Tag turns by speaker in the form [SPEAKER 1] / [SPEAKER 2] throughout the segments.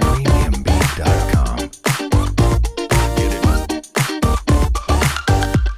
[SPEAKER 1] Premiumbeat.com. Get it.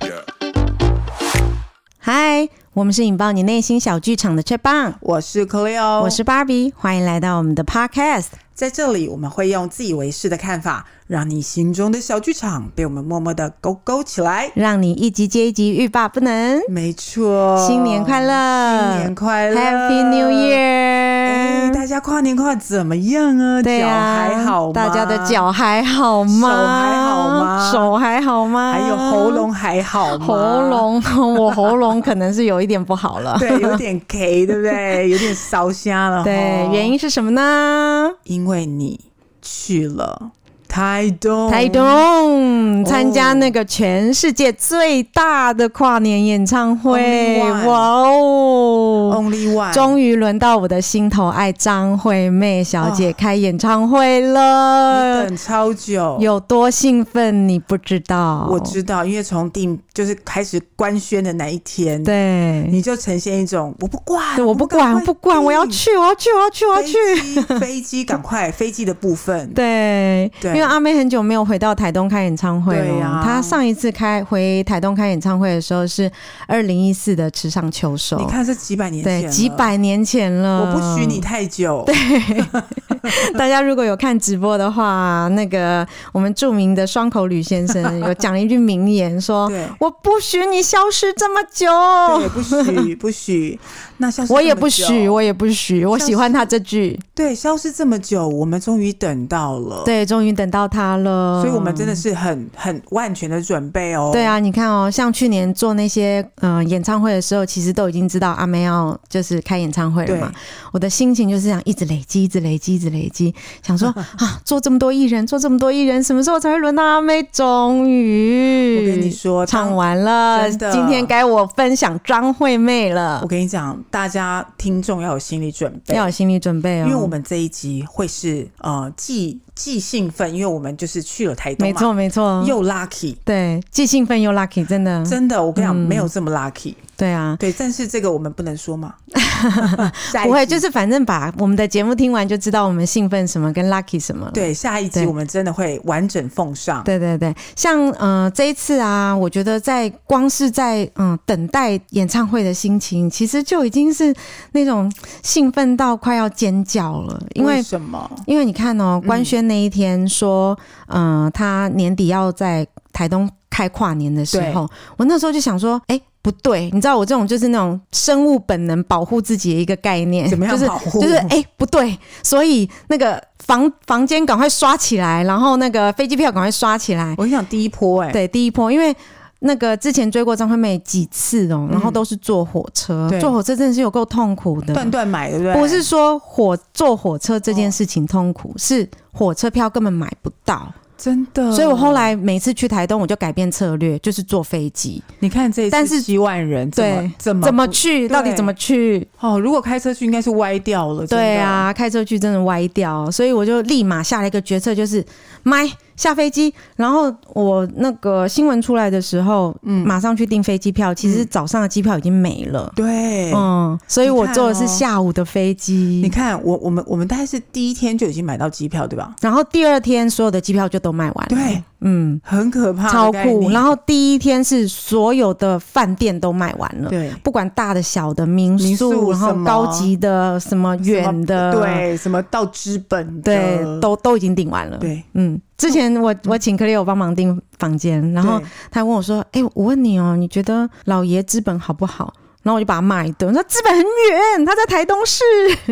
[SPEAKER 1] Yeah.
[SPEAKER 2] 嗨，我们是引爆你内心小剧场的 c h 棒，
[SPEAKER 3] 我是 Cleo，
[SPEAKER 2] 我是芭比，欢迎来到我们的 Podcast。
[SPEAKER 3] 在这里我们会用自以为是的看法，让你心中的小剧场被我们默默的勾勾起来。
[SPEAKER 2] 让你一集接一集欲罢不能。
[SPEAKER 3] 没错，
[SPEAKER 2] 新年快乐，
[SPEAKER 3] 哦新年快乐
[SPEAKER 2] ，Happy New Year！
[SPEAKER 3] 哎，大家跨年跨得怎么样啊？
[SPEAKER 2] 对
[SPEAKER 3] 脚
[SPEAKER 2] 啊，
[SPEAKER 3] 还好吗？
[SPEAKER 2] 大家的脚还好吗？
[SPEAKER 3] 手还好吗
[SPEAKER 2] 手还好吗？
[SPEAKER 3] 还有喉咙。还好
[SPEAKER 2] 啊
[SPEAKER 3] 吗？
[SPEAKER 2] 喉。咙， 我喉咙可能是有一点不好了。
[SPEAKER 3] 对，啊有点 K，对不对？有点烧瞎 了。
[SPEAKER 2] 对
[SPEAKER 3] 吼，
[SPEAKER 2] 原因是什么呢？
[SPEAKER 3] 因为你去了台东，
[SPEAKER 2] 台东参加那个全世界最大的跨年演唱会
[SPEAKER 3] Only，one
[SPEAKER 2] 哇哦！
[SPEAKER 3] Only One，
[SPEAKER 2] 终于轮到我的心头爱张惠妹小姐开演唱会
[SPEAKER 3] 哦你
[SPEAKER 2] 了，
[SPEAKER 3] 等超久，
[SPEAKER 2] 有多兴奋你不知道？
[SPEAKER 3] 我知道，因为从定就是开始官宣的那一天，，
[SPEAKER 2] 对，
[SPEAKER 3] 你就呈现一种我不管，
[SPEAKER 2] 我不管，我
[SPEAKER 3] 赶快
[SPEAKER 2] 不管，我要
[SPEAKER 3] 订
[SPEAKER 2] 去，我要去，我要去，我要去。
[SPEAKER 3] 飞机，飞机赶快，飞机的部分，
[SPEAKER 2] 对，
[SPEAKER 3] 对
[SPEAKER 2] 因为阿妹很久没有回到台东开演唱会了。
[SPEAKER 3] 对啊
[SPEAKER 2] 她上一次开回台东开演唱会的时候是二零一四的池上秋收，
[SPEAKER 3] 你看这几百年前
[SPEAKER 2] 对，
[SPEAKER 3] 了
[SPEAKER 2] 几，百嗯年前了。
[SPEAKER 3] 我不许你。太久，
[SPEAKER 2] 大家如果有看直播的话，那个我们著名的双口吕先 生有讲了一句名言说，
[SPEAKER 3] 对
[SPEAKER 2] 我不许你消失这么久。
[SPEAKER 3] 对，不许 不许，那消失
[SPEAKER 2] 哦我
[SPEAKER 3] 这
[SPEAKER 2] 也
[SPEAKER 3] 么
[SPEAKER 2] 不
[SPEAKER 3] 久
[SPEAKER 2] 许，我也不许，我喜欢他这句。
[SPEAKER 3] 对消失这么久，我们终于等到了，，
[SPEAKER 2] 对，终于等到他了，
[SPEAKER 3] 哦所以我们真的是很很万全的准备哦，
[SPEAKER 2] 对，啊，你看哦，像去年做那些呃演唱会的时候，其实都已经知道阿妹要就是开演唱会了
[SPEAKER 3] 对
[SPEAKER 2] 嘛。我的心情就是这样，一直累积，一直累积，一直累积，想 说啊，做这么多艺人，做这么多艺人，什么时候才会轮到阿妹？终于，
[SPEAKER 3] 我跟你说当
[SPEAKER 2] 唱完了，
[SPEAKER 3] 真的
[SPEAKER 2] 今天该我分享张惠妹了
[SPEAKER 3] 我，跟你讲，大家听众要有心理准备，
[SPEAKER 2] 要有心理准备哦，
[SPEAKER 3] 因为我们这一集会是呃既既兴奋，因为我们就是去了台东
[SPEAKER 2] 没
[SPEAKER 3] 嘛，
[SPEAKER 2] 错没错，
[SPEAKER 3] 又 lucky，
[SPEAKER 2] 对，既兴奋又 lucky，真的，
[SPEAKER 3] 真的，我跟你讲，
[SPEAKER 2] 嗯
[SPEAKER 3] 没有这么 lucky。
[SPEAKER 2] 对啊。
[SPEAKER 3] 对，但是这个我们不能说 嘛，下一集
[SPEAKER 2] 不会，就是反正把我们的节目听完就知道我们兴奋什么跟 lucky 什么了。
[SPEAKER 3] 对下一集
[SPEAKER 2] 对
[SPEAKER 3] 我们真的会完整奉上。
[SPEAKER 2] 对对对，像呃这一次啊，我觉得在光是在嗯、等待演唱会的心情，其实就已经是那种兴奋到快要尖叫了，因为。
[SPEAKER 3] 什么？
[SPEAKER 2] 因为你看哦，官宣那一天说，嗯、呃，他年底要在台东开跨年的时候，我那时候就想说，哎、不对，你知道我这种就是那种生物本能保护自己的一个概念，
[SPEAKER 3] 怎么样
[SPEAKER 2] 就是
[SPEAKER 3] 保护？
[SPEAKER 2] 就是哎、诶不对，所以那个房房间赶快刷起来，然后那个飞机票赶快刷起来。
[SPEAKER 3] 我想第一波哎、
[SPEAKER 2] 对，第一波，因为那个之前追过张惠妹几次哦、然后都是坐火车，
[SPEAKER 3] 嗯对
[SPEAKER 2] 坐火车真的是有够痛苦的。
[SPEAKER 3] 断断买对不对？
[SPEAKER 2] 不是说火坐火车这件事情痛
[SPEAKER 3] 哦
[SPEAKER 2] 苦，是火车票根本买不到，
[SPEAKER 3] 真的，
[SPEAKER 2] 所以我后来每次去台东我就改变策略，就是坐飞机。
[SPEAKER 3] 你看这一次
[SPEAKER 2] 但是
[SPEAKER 3] 七万人怎么
[SPEAKER 2] 对
[SPEAKER 3] 怎么
[SPEAKER 2] 怎么
[SPEAKER 3] 不
[SPEAKER 2] 去？到底
[SPEAKER 3] 对
[SPEAKER 2] 怎么去？
[SPEAKER 3] 哦？如果开车去应该是歪掉了，真的
[SPEAKER 2] 对，啊，开车去真的歪掉，所以我就立马下了一个决策，就是买下飞机。然后我那个新闻出来的时候，
[SPEAKER 3] 嗯
[SPEAKER 2] 马上去订飞机票。其实
[SPEAKER 3] 嗯
[SPEAKER 2] 早上的机票已经没了，
[SPEAKER 3] 对，
[SPEAKER 2] 嗯，所以我坐的是下午的飞
[SPEAKER 3] 你
[SPEAKER 2] 机。
[SPEAKER 3] 看哦我我们我们大概是第一天就已经买到机票对吧？
[SPEAKER 2] 然后第二天所有的机票就都卖完了，
[SPEAKER 3] 对，
[SPEAKER 2] 嗯，
[SPEAKER 3] 很可怕的
[SPEAKER 2] 超
[SPEAKER 3] 概念，
[SPEAKER 2] 酷。然后第一天是所有的饭店都卖完了，
[SPEAKER 3] 对。
[SPEAKER 2] 不管大的小的民宿，
[SPEAKER 3] 民宿
[SPEAKER 2] 然
[SPEAKER 3] 什
[SPEAKER 2] 后
[SPEAKER 3] 么
[SPEAKER 2] 高级的什么远的，
[SPEAKER 3] 什么对，呃什么到资本的
[SPEAKER 2] 对，都都已经订完了。
[SPEAKER 3] 对，
[SPEAKER 2] 嗯，之前我我请克里有帮忙订房间，然后
[SPEAKER 3] 对
[SPEAKER 2] 他问我说：“哎、我问你哦，你觉得老爷资本好不好？”然后我就把他骂一顿，我说：“资本很远，他在台东市。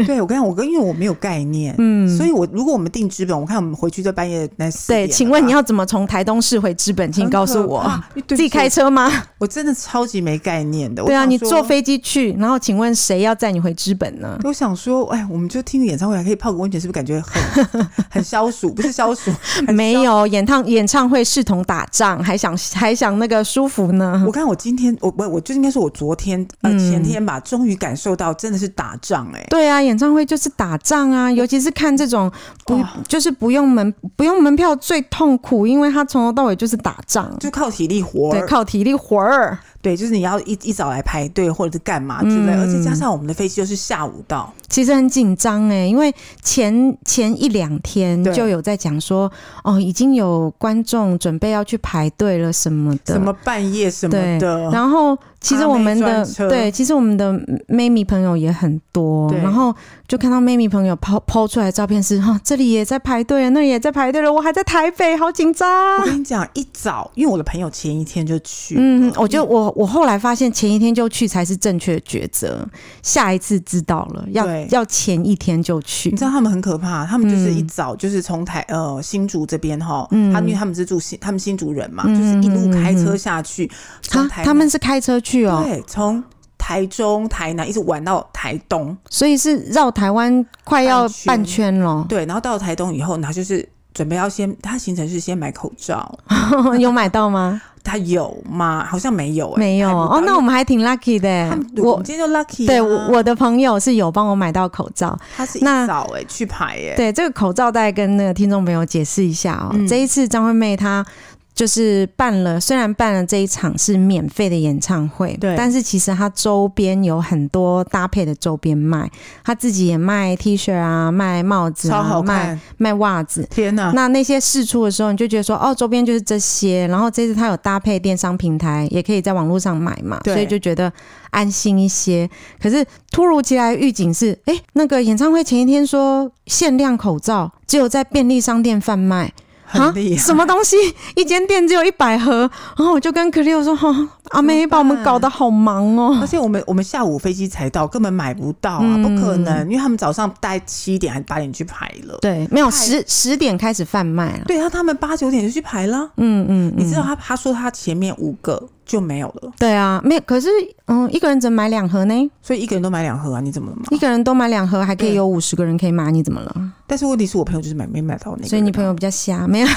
[SPEAKER 3] 对我跟你讲，我跟因为我没有概念”，
[SPEAKER 2] 嗯，
[SPEAKER 3] 所以我如果我们定资本，我看我们回去就半夜那四点
[SPEAKER 2] 对，
[SPEAKER 3] 了吧
[SPEAKER 2] 请问你要怎么从台东市回资本？请告诉我，，
[SPEAKER 3] 很可怕
[SPEAKER 2] 自己开，
[SPEAKER 3] 对不起
[SPEAKER 2] 车吗？
[SPEAKER 3] 我真的超级没概念 的。
[SPEAKER 2] 对啊，
[SPEAKER 3] 我想
[SPEAKER 2] 你
[SPEAKER 3] 说
[SPEAKER 2] 坐。飞机去，然后请问谁要载你回资本呢？
[SPEAKER 3] 我想说，哎，我们就听个演唱会，还可以泡个温泉，是不是感觉很 很消暑？不是消暑，很
[SPEAKER 2] 没
[SPEAKER 3] 消。
[SPEAKER 2] 有演唱演唱会视同打仗，还想还想那个舒服呢
[SPEAKER 3] 我？看我今天，我不，我就应该说，我昨天呃
[SPEAKER 2] 嗯
[SPEAKER 3] 前天吧，终于感受到真的是打仗哎、
[SPEAKER 2] 对啊，演唱会就是打仗啊，尤其是看这种不、
[SPEAKER 3] 哦
[SPEAKER 2] 就是不用门不用门票最痛苦，因为他从头到尾就是打仗，
[SPEAKER 3] 就靠体力活
[SPEAKER 2] 对，
[SPEAKER 3] 儿。
[SPEAKER 2] 靠体力活儿。
[SPEAKER 3] 对，就是你要一一早来排队或者是干嘛之类，
[SPEAKER 2] 嗯
[SPEAKER 3] 而且加上我们的飞机就是下午到，
[SPEAKER 2] 其实很紧张哎，因为前前一两天
[SPEAKER 3] 对
[SPEAKER 2] 就有在讲说，哦，已经有观众准备要去排队了什么的，
[SPEAKER 3] 什么半夜什么
[SPEAKER 2] 对
[SPEAKER 3] 的，
[SPEAKER 2] 然后其实我们
[SPEAKER 3] 阿妹
[SPEAKER 2] 的
[SPEAKER 3] 专车
[SPEAKER 2] 对，其实我们的妹咪朋友也很多，
[SPEAKER 3] 对
[SPEAKER 2] 然后就看到妹咪朋友抛抛出来的照片是，哈、这里也在排队，那里也在排队了，我还在台北，好紧
[SPEAKER 3] 我
[SPEAKER 2] 张。
[SPEAKER 3] 跟你讲，一早，因为我的朋友前一天就去，
[SPEAKER 2] 嗯，我就我我后来发现前一天就去才是正确的抉择，下一次知道了要
[SPEAKER 3] 对
[SPEAKER 2] 要前一天就去，啊
[SPEAKER 3] 你知道他们很可怕，他们就是
[SPEAKER 2] 嗯
[SPEAKER 3] 一早就是从台呃新竹这边哈，
[SPEAKER 2] 嗯
[SPEAKER 3] 他因为他们是住新他们新竹人嘛，
[SPEAKER 2] 嗯
[SPEAKER 3] 就是一路开
[SPEAKER 2] 嗯嗯
[SPEAKER 3] 车
[SPEAKER 2] 嗯
[SPEAKER 3] 下去，从
[SPEAKER 2] 他
[SPEAKER 3] 台
[SPEAKER 2] 他们是开车去哦，
[SPEAKER 3] 对从。台中、台南一直玩到台东，
[SPEAKER 2] 所以是绕台湾快要半
[SPEAKER 3] 半
[SPEAKER 2] 圈了，
[SPEAKER 3] 对，然后到了台东以后，然后就是准备要先，他行程是先买口罩，
[SPEAKER 2] 有买到吗？
[SPEAKER 3] 他有吗？好像没有、欸，
[SPEAKER 2] 没有
[SPEAKER 3] 还不到
[SPEAKER 2] 哦，那我们还挺 lucky 的
[SPEAKER 3] 因为他
[SPEAKER 2] 欸
[SPEAKER 3] 们。我
[SPEAKER 2] 我
[SPEAKER 3] 们今天就 lucky，、啊、
[SPEAKER 2] 对我我的朋友是有帮我买到口罩，
[SPEAKER 3] 他是一
[SPEAKER 2] 那
[SPEAKER 3] 早哎、去排哎、
[SPEAKER 2] 对这个口罩，大概跟那个听众朋友解释一下哦。
[SPEAKER 3] 嗯
[SPEAKER 2] 这一次张惠妹她就是办了，虽然办了这一场是免费的演唱会，
[SPEAKER 3] 对
[SPEAKER 2] 但是其实她周边有很多搭配的周边卖，她自己也卖 T 恤啊，卖帽子、啊，
[SPEAKER 3] 超好
[SPEAKER 2] 卖
[SPEAKER 3] 看，
[SPEAKER 2] 卖袜子，
[SPEAKER 3] 天哪、
[SPEAKER 2] 那那些试出的时候，你就觉得说，哦，周边就是这些，然后这次它有搭配电商平台，也可以在网络上买嘛，
[SPEAKER 3] 对
[SPEAKER 2] 所以就觉得安心一些。可是突如其来的预警是，哎、那个演唱会前一天说限量口罩只有在便利商店贩卖。啊
[SPEAKER 3] 很厉害，
[SPEAKER 2] 什么东西？一间店只有一百盒，然后我就跟 c l e o 说：“哈、阿妹
[SPEAKER 3] 怎么办
[SPEAKER 2] 把我们搞得好忙哦
[SPEAKER 3] 而。且我们我们下午飞机才到，根本买不到啊，
[SPEAKER 2] 嗯
[SPEAKER 3] 不可能，因为他们早上大概七点还是八点去排了”。
[SPEAKER 2] 对，没有
[SPEAKER 3] 太
[SPEAKER 2] 十十点开始贩卖了。
[SPEAKER 3] 对啊，他们八九点就去排了。
[SPEAKER 2] 嗯嗯，嗯
[SPEAKER 3] 你知道他他说他前面五个就没有了，
[SPEAKER 2] 对啊，没有。可是嗯，一个人只能买两盒呢。
[SPEAKER 3] 所以一个人都买两盒啊，你怎么了嘛？
[SPEAKER 2] 一个人多买两盒，还可以
[SPEAKER 3] 嗯
[SPEAKER 2] 有五十个人可以买，你怎么了？
[SPEAKER 3] 但是问题是我朋友就是买没买到那个，
[SPEAKER 2] 所以你朋友比较瞎， 没有。所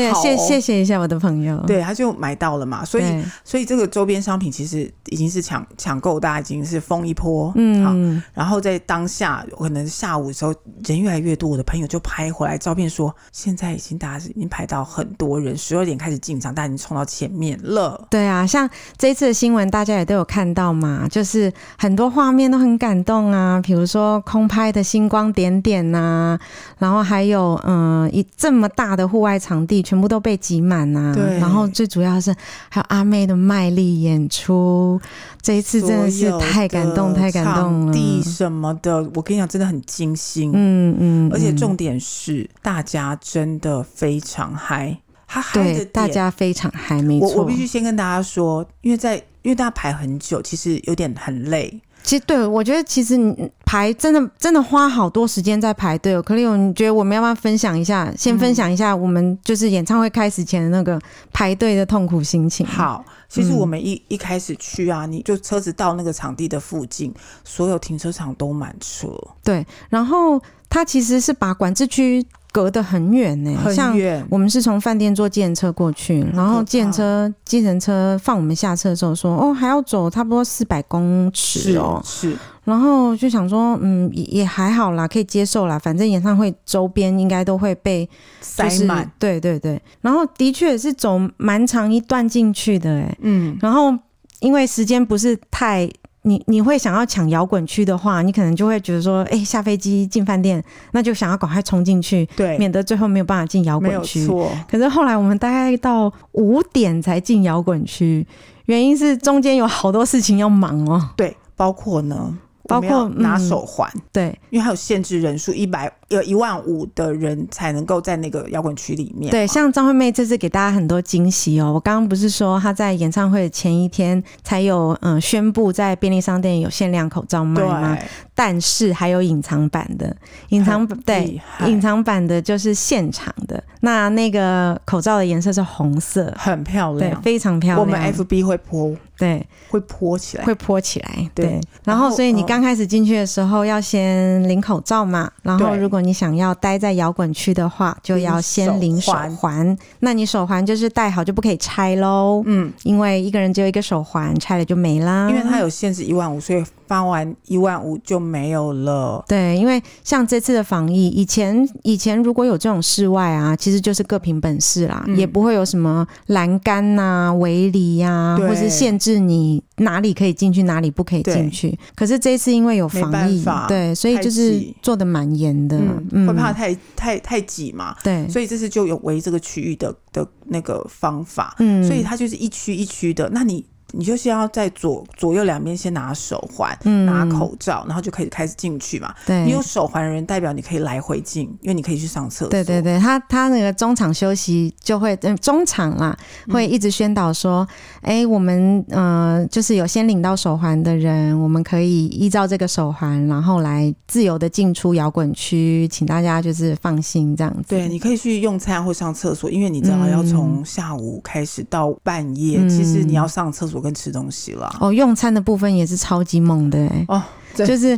[SPEAKER 2] 以
[SPEAKER 3] 好哦
[SPEAKER 2] 谢谢谢一下我的朋友。
[SPEAKER 3] 对他就买到了嘛，所以
[SPEAKER 2] 嗯对，
[SPEAKER 3] 所以这个周边商品其实已经是抢抢购，大家已经是疯一波，好，
[SPEAKER 2] 嗯，
[SPEAKER 3] 然后在当下，可能下午的时候人越来越多，我的朋友就拍回来照片说，现在已经大家是已经排到很多人，十二点开始进场，大家已经冲到前面了。
[SPEAKER 2] 对啊，像这一次的新闻，大家也都有看到嘛，就是很多画面都很感动啊，比如说空拍的星光点点呐、然后还有嗯、呃一这么大的户外场地全部都被挤满呐、
[SPEAKER 3] 对
[SPEAKER 2] 然后最主要是还有阿妹的卖力演出，这一次真的是太感动，太感动了。
[SPEAKER 3] 地什么的，我跟你讲，真的很精心。
[SPEAKER 2] 嗯嗯，
[SPEAKER 3] 而且
[SPEAKER 2] 嗯
[SPEAKER 3] 重点是，大家真的非常嗨，他嗨的
[SPEAKER 2] 对
[SPEAKER 3] 点
[SPEAKER 2] 大家非常嗨，没
[SPEAKER 3] 我
[SPEAKER 2] 错。
[SPEAKER 3] 我必须先跟大家说，因为在因为大家排很久，其实有点很累。
[SPEAKER 2] 其实对我觉得，其实你排真的真的花好多时间在排队哦。可丽友，你觉得我们要不要分享一下？先分享一下我们就是演唱会开始前的那个排队的痛苦心情。，
[SPEAKER 3] 好，其实我
[SPEAKER 2] 嗯
[SPEAKER 3] 们一、一开始去啊，你就车子到那个场地的附近，所有停车场都满车，
[SPEAKER 2] 对。然后它其实是把管制区隔得很远呢、
[SPEAKER 3] 很
[SPEAKER 2] 像
[SPEAKER 3] 远。
[SPEAKER 2] 我们是从饭店坐计程车过去，然后计程车计程车放我们下车的时候说，哦，还要走差不多四百公尺哦。
[SPEAKER 3] 是，
[SPEAKER 2] 然后就想说，嗯，也也还好啦，可以接受啦，反正演唱会周边应该都会被
[SPEAKER 3] 塞
[SPEAKER 2] 就是
[SPEAKER 3] 满。
[SPEAKER 2] 对对对，然后的确是走蛮长一段进去的、欸，
[SPEAKER 3] 嗯，
[SPEAKER 2] 然后因为时间不是太。你你会想要抢摇滚区的话，你可能就会觉得说，哎、下飞机进饭店，那就想要赶快冲进去，
[SPEAKER 3] 对，
[SPEAKER 2] 免得最后没有办法进摇
[SPEAKER 3] 没
[SPEAKER 2] 滚
[SPEAKER 3] 有
[SPEAKER 2] 区。
[SPEAKER 3] 错。
[SPEAKER 2] 可是后来我们大概到五点才进摇滚区，原因是中间有好多事情要忙哦。
[SPEAKER 3] 对，包括呢，
[SPEAKER 2] 包括
[SPEAKER 3] 我们要拿
[SPEAKER 2] 嗯
[SPEAKER 3] 手环，
[SPEAKER 2] 对
[SPEAKER 3] 因为还有限制人数，一百有一万五的人才能够在那个摇滚区里面。
[SPEAKER 2] 对，像张惠妹这次给大家很多惊喜哦。我刚刚不是说她在演唱会的前一天才有嗯、呃宣布在便利商店有限量口罩卖
[SPEAKER 3] 对，
[SPEAKER 2] 吗？但是还有隐藏版的，隐藏
[SPEAKER 3] 很
[SPEAKER 2] 对
[SPEAKER 3] 厉害
[SPEAKER 2] 隐藏版的就是现场的。那那个口罩的颜色是红色，
[SPEAKER 3] 很漂
[SPEAKER 2] 对，
[SPEAKER 3] 亮。
[SPEAKER 2] 非常漂亮。
[SPEAKER 3] 我们 FB 会泼，
[SPEAKER 2] 对，
[SPEAKER 3] 会泼起来。
[SPEAKER 2] 会泼起来。
[SPEAKER 3] 对
[SPEAKER 2] 对，然
[SPEAKER 3] 然
[SPEAKER 2] 后
[SPEAKER 3] 后
[SPEAKER 2] 所以你
[SPEAKER 3] 嗯
[SPEAKER 2] 刚开始进去的时候要先领口罩嘛，然后
[SPEAKER 3] 对
[SPEAKER 2] 如果你想要待在摇滚区的话，就要先领
[SPEAKER 3] 领
[SPEAKER 2] 手
[SPEAKER 3] 手
[SPEAKER 2] 环
[SPEAKER 3] 环。
[SPEAKER 2] 那你手环就是戴好就不可以拆喽，
[SPEAKER 3] 嗯，
[SPEAKER 2] 因为一个人只有一个手环，拆了就没啦。
[SPEAKER 3] 因为它有限制一万五，所以发完一万五就没有了。
[SPEAKER 2] 对，因为像这次的防疫，以前以前如果有这种室外啊，其实就是各凭本事啦，
[SPEAKER 3] 嗯
[SPEAKER 2] 也不会有什么栏杆呐、围篱呀，
[SPEAKER 3] 对
[SPEAKER 2] 或是限制你哪里可以进去，哪里不可以进去。可是这一次因为有
[SPEAKER 3] 没
[SPEAKER 2] 防
[SPEAKER 3] 办
[SPEAKER 2] 疫
[SPEAKER 3] 法，
[SPEAKER 2] 对，所以
[SPEAKER 3] 太
[SPEAKER 2] 就是
[SPEAKER 3] 挤
[SPEAKER 2] 做的蛮严的，
[SPEAKER 3] 嗯，会怕太太太挤嘛，
[SPEAKER 2] 对，
[SPEAKER 3] 所以这次就有围这个区域的的那个方法。
[SPEAKER 2] 嗯，
[SPEAKER 3] 所以它就是一区一区的。那你你就是要在左左右两边先拿手环、
[SPEAKER 2] 嗯
[SPEAKER 3] 拿口罩，然后就可以开始进去嘛。
[SPEAKER 2] 对，
[SPEAKER 3] 你有手环的人，代表你可以来回进，因为你可以去上厕所。
[SPEAKER 2] 对对对，他他那个中场休息就会，嗯，中场啦
[SPEAKER 3] 嗯
[SPEAKER 2] 会一直宣导说，哎、我们呃就是有先领到手环的人，我们可以依照这个手环，然后来自由的进出摇滚区，请大家就是放心这样子。
[SPEAKER 3] 对，你可以去用餐或上厕所，因为你知道
[SPEAKER 2] 嗯
[SPEAKER 3] 要从下午开始到半夜，
[SPEAKER 2] 嗯
[SPEAKER 3] 其实你要上厕所跟吃东西啦。
[SPEAKER 2] 哦，用餐的部分也是超级猛 的、哎
[SPEAKER 3] 哦，真
[SPEAKER 2] 就是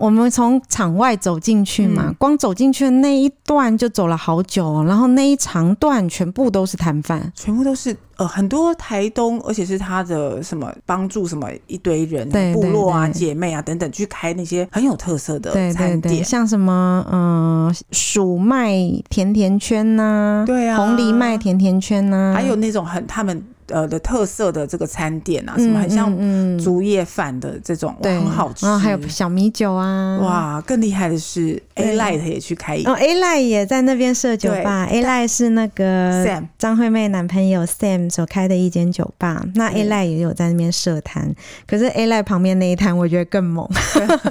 [SPEAKER 2] 我们从场外走进去嘛，
[SPEAKER 3] 嗯
[SPEAKER 2] 光走进去的那一段就走了好久哦、然后那一长段全部都是摊贩，
[SPEAKER 3] 全部都是呃，很多台东，而且是他的什么帮助什么一堆人
[SPEAKER 2] 对
[SPEAKER 3] 部
[SPEAKER 2] 对
[SPEAKER 3] 落啊、
[SPEAKER 2] 对
[SPEAKER 3] 姐妹啊等等，去开那些很有特色的
[SPEAKER 2] 对对
[SPEAKER 3] 餐
[SPEAKER 2] 对，
[SPEAKER 3] 店。
[SPEAKER 2] 像什么呃，薯麦甜甜圈呐、
[SPEAKER 3] 对啊，
[SPEAKER 2] 红啊藜麦甜甜圈呐、
[SPEAKER 3] 还有那种很他们呃的特色的这个餐点啊，什么很像
[SPEAKER 2] 嗯嗯嗯
[SPEAKER 3] 竹叶饭的这种，哇，
[SPEAKER 2] 对，
[SPEAKER 3] 很好吃。
[SPEAKER 2] 然后还有小米酒啊，。
[SPEAKER 3] 哇，更厉害的是
[SPEAKER 2] 对
[SPEAKER 3] A Light 也去开
[SPEAKER 2] 哦，A 赖也在那边设酒吧，A 赖是那个
[SPEAKER 3] Sam，
[SPEAKER 2] 张惠妹男朋友 Sam 所开的一间酒吧，那
[SPEAKER 3] 对
[SPEAKER 2] A 赖也有在那边设摊，可是 A 赖旁边那一摊我觉得更猛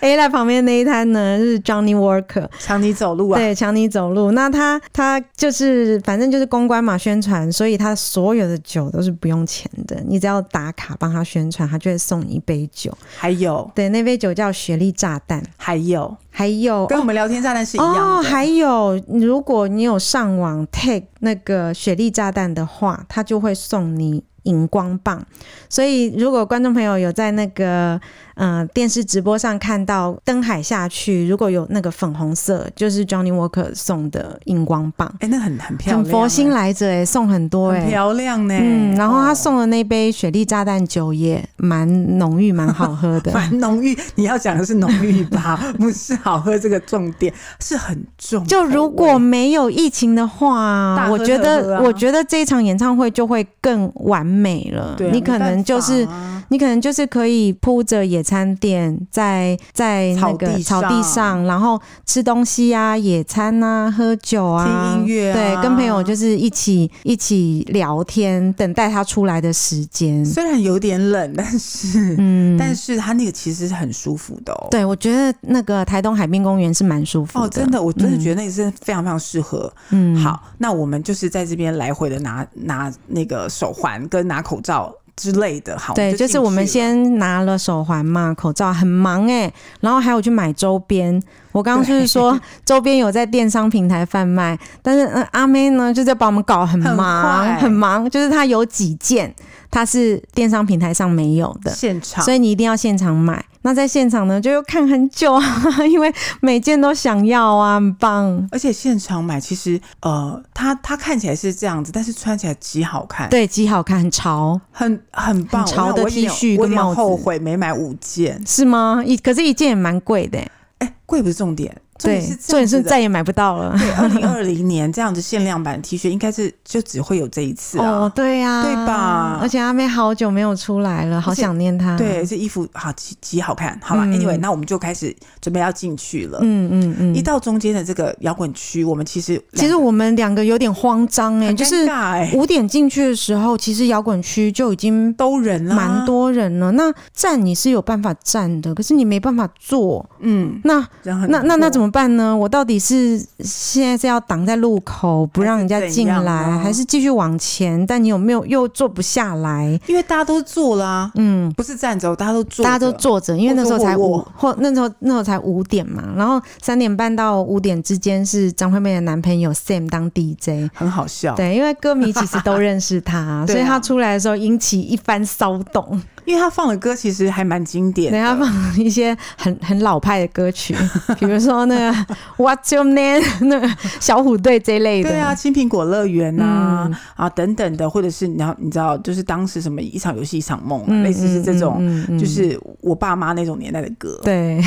[SPEAKER 2] ，A 赖旁边那一摊呢是 Johnny Walker，
[SPEAKER 3] 抢你走路啊，
[SPEAKER 2] 对，强尼走路。那他他就是反正就是公关嘛，宣传，所以他所有的酒都是不用钱的，你只要打卡帮他宣传，他就会送你一杯酒。
[SPEAKER 3] 还有
[SPEAKER 2] 对，那杯酒叫雪莉炸弹，
[SPEAKER 3] 还有，
[SPEAKER 2] 还有
[SPEAKER 3] 跟我们聊天炸弹是一
[SPEAKER 2] 哦，
[SPEAKER 3] 样的，
[SPEAKER 2] 还有如果你有上网 take 那个雪莉炸弹的话，他就会送你。荧光棒，所以如果观众朋友有在那个呃电视直播上看到登海下去，如果有那个粉红色，就是 Johnny Walker 送的荧光棒，
[SPEAKER 3] 哎，那很很漂亮，
[SPEAKER 2] 很佛心来着哎、送很多哎、
[SPEAKER 3] 很漂亮呢。
[SPEAKER 2] 嗯，然后他
[SPEAKER 3] 哦
[SPEAKER 2] 送的那杯雪莉炸弹酒也蛮浓郁，蛮好喝的，
[SPEAKER 3] 蛮浓郁，你要讲的是浓郁 吧，不是好喝这个重点，是很重口味。
[SPEAKER 2] 就如果没有疫情的话，
[SPEAKER 3] 大喝
[SPEAKER 2] 我觉
[SPEAKER 3] 特喝
[SPEAKER 2] 得、
[SPEAKER 3] 啊
[SPEAKER 2] 我觉得这一场演唱会就会更完美了。
[SPEAKER 3] 对啊
[SPEAKER 2] 你可能就是
[SPEAKER 3] 没。办法啊
[SPEAKER 2] 你可能就是可以铺着野餐垫，在在那个
[SPEAKER 3] 草地上
[SPEAKER 2] 草地上，然后吃东西啊、野餐啊、喝酒啊、
[SPEAKER 3] 听音乐啊
[SPEAKER 2] 对，跟朋友就是一起一起聊天，等待他出来的时间。
[SPEAKER 3] 虽然有点冷，但是、
[SPEAKER 2] 嗯，
[SPEAKER 3] 但是它那个其实是很舒服的哦。
[SPEAKER 2] 对我觉得那个台东海滨公园是蛮舒服的，
[SPEAKER 3] 哦，真的，我真的
[SPEAKER 2] 嗯
[SPEAKER 3] 觉得那个是非常非常适合。
[SPEAKER 2] 嗯，
[SPEAKER 3] 好，那我们就是在这边来回的拿拿那个手环跟拿口罩之类的。好，
[SPEAKER 2] 对，就是
[SPEAKER 3] 进
[SPEAKER 2] 我们
[SPEAKER 3] 去了
[SPEAKER 2] 先拿了手环嘛，口罩很忙哎、然后还有去买周边。我刚刚就是 说周边有在电商平台贩卖，但是、嗯阿妹呢就在把我们搞很
[SPEAKER 3] 很
[SPEAKER 2] 忙
[SPEAKER 3] 快
[SPEAKER 2] 很忙，就是她有几件她是电商平台上没有的。
[SPEAKER 3] 现场
[SPEAKER 2] 所，以你一定要现场买。那在现场呢，就又看很久啊，因为每件都想要啊，很棒。
[SPEAKER 3] 而且现场买其实呃，它它看起来是这样子，但是穿起来极好看，
[SPEAKER 2] 对，极好看，很潮，
[SPEAKER 3] 很很棒。
[SPEAKER 2] 潮
[SPEAKER 3] 我
[SPEAKER 2] 的
[SPEAKER 3] 我有点
[SPEAKER 2] T 恤
[SPEAKER 3] 我有
[SPEAKER 2] 跟帽子
[SPEAKER 3] 点后悔没买五件。
[SPEAKER 2] 是吗？一可是一件也蛮贵的欸、
[SPEAKER 3] 哎，贵不是重点，重
[SPEAKER 2] 对
[SPEAKER 3] 点是，这
[SPEAKER 2] 重
[SPEAKER 3] 样
[SPEAKER 2] 点
[SPEAKER 3] 子
[SPEAKER 2] 是
[SPEAKER 3] 的
[SPEAKER 2] 再也买不到了。
[SPEAKER 3] 对，二零二零年这样子限量版 T 恤，应该是就只会有这一次啊。
[SPEAKER 2] 哦，对呀、
[SPEAKER 3] 对吧
[SPEAKER 2] 而且阿妹好久没有出来了，好想念她。
[SPEAKER 3] 对，，这衣服好极极好看。好了、
[SPEAKER 2] 嗯
[SPEAKER 3] a n y w a y 那我们就开始准备要进去了。
[SPEAKER 2] 嗯嗯
[SPEAKER 3] 一
[SPEAKER 2] 嗯。
[SPEAKER 3] 到中间的这个摇滚区，我们其实
[SPEAKER 2] 其实我们两个有点慌张哎、
[SPEAKER 3] 很
[SPEAKER 2] 就
[SPEAKER 3] 尴
[SPEAKER 2] 是
[SPEAKER 3] 尬哎、
[SPEAKER 2] 五点进去的时候，其实摇滚区就已经
[SPEAKER 3] 都人啊啦，
[SPEAKER 2] 蛮，多人
[SPEAKER 3] 嗯
[SPEAKER 2] 了。那站你是有办法站的，可是你没办法坐。
[SPEAKER 3] 嗯，
[SPEAKER 2] 那
[SPEAKER 3] 人很
[SPEAKER 2] 那那那怎
[SPEAKER 3] 么
[SPEAKER 2] 么办呢？我到底是现在是要挡在路口不让人家进
[SPEAKER 3] 还是怎
[SPEAKER 2] 来，
[SPEAKER 3] 样呢
[SPEAKER 2] 还是继续往前？但你有没有又坐不下来？
[SPEAKER 3] 因为大家都坐啦，
[SPEAKER 2] 嗯，
[SPEAKER 3] 不是站着哦，大家都坐着，
[SPEAKER 2] 大家都坐着，因为那时候才
[SPEAKER 3] 或坐
[SPEAKER 2] 五
[SPEAKER 3] 或
[SPEAKER 2] 或那时候那时候才五点嘛，然后三点半到五点之间是张惠妹的男朋友 Sam 当 DJ，
[SPEAKER 3] 很好啊笑。
[SPEAKER 2] 对，因为歌迷其实都认识他， 所以他出来的时候引起一番骚动，
[SPEAKER 3] 因为他放的歌其实还蛮经典
[SPEAKER 2] 等
[SPEAKER 3] 的，
[SPEAKER 2] 他放一些很很老派的歌曲，比如说那 那个 What's Your Name 那个小虎队这一类的，
[SPEAKER 3] 对啊，青苹果乐园啊、
[SPEAKER 2] 嗯
[SPEAKER 3] 啊等等的，或者是你要你知道，就是当时什么一场游戏一场梦啊、
[SPEAKER 2] 嗯，
[SPEAKER 3] 类似是这种，
[SPEAKER 2] 嗯，嗯嗯
[SPEAKER 3] 就是我爸妈那种年代的 歌。
[SPEAKER 2] 对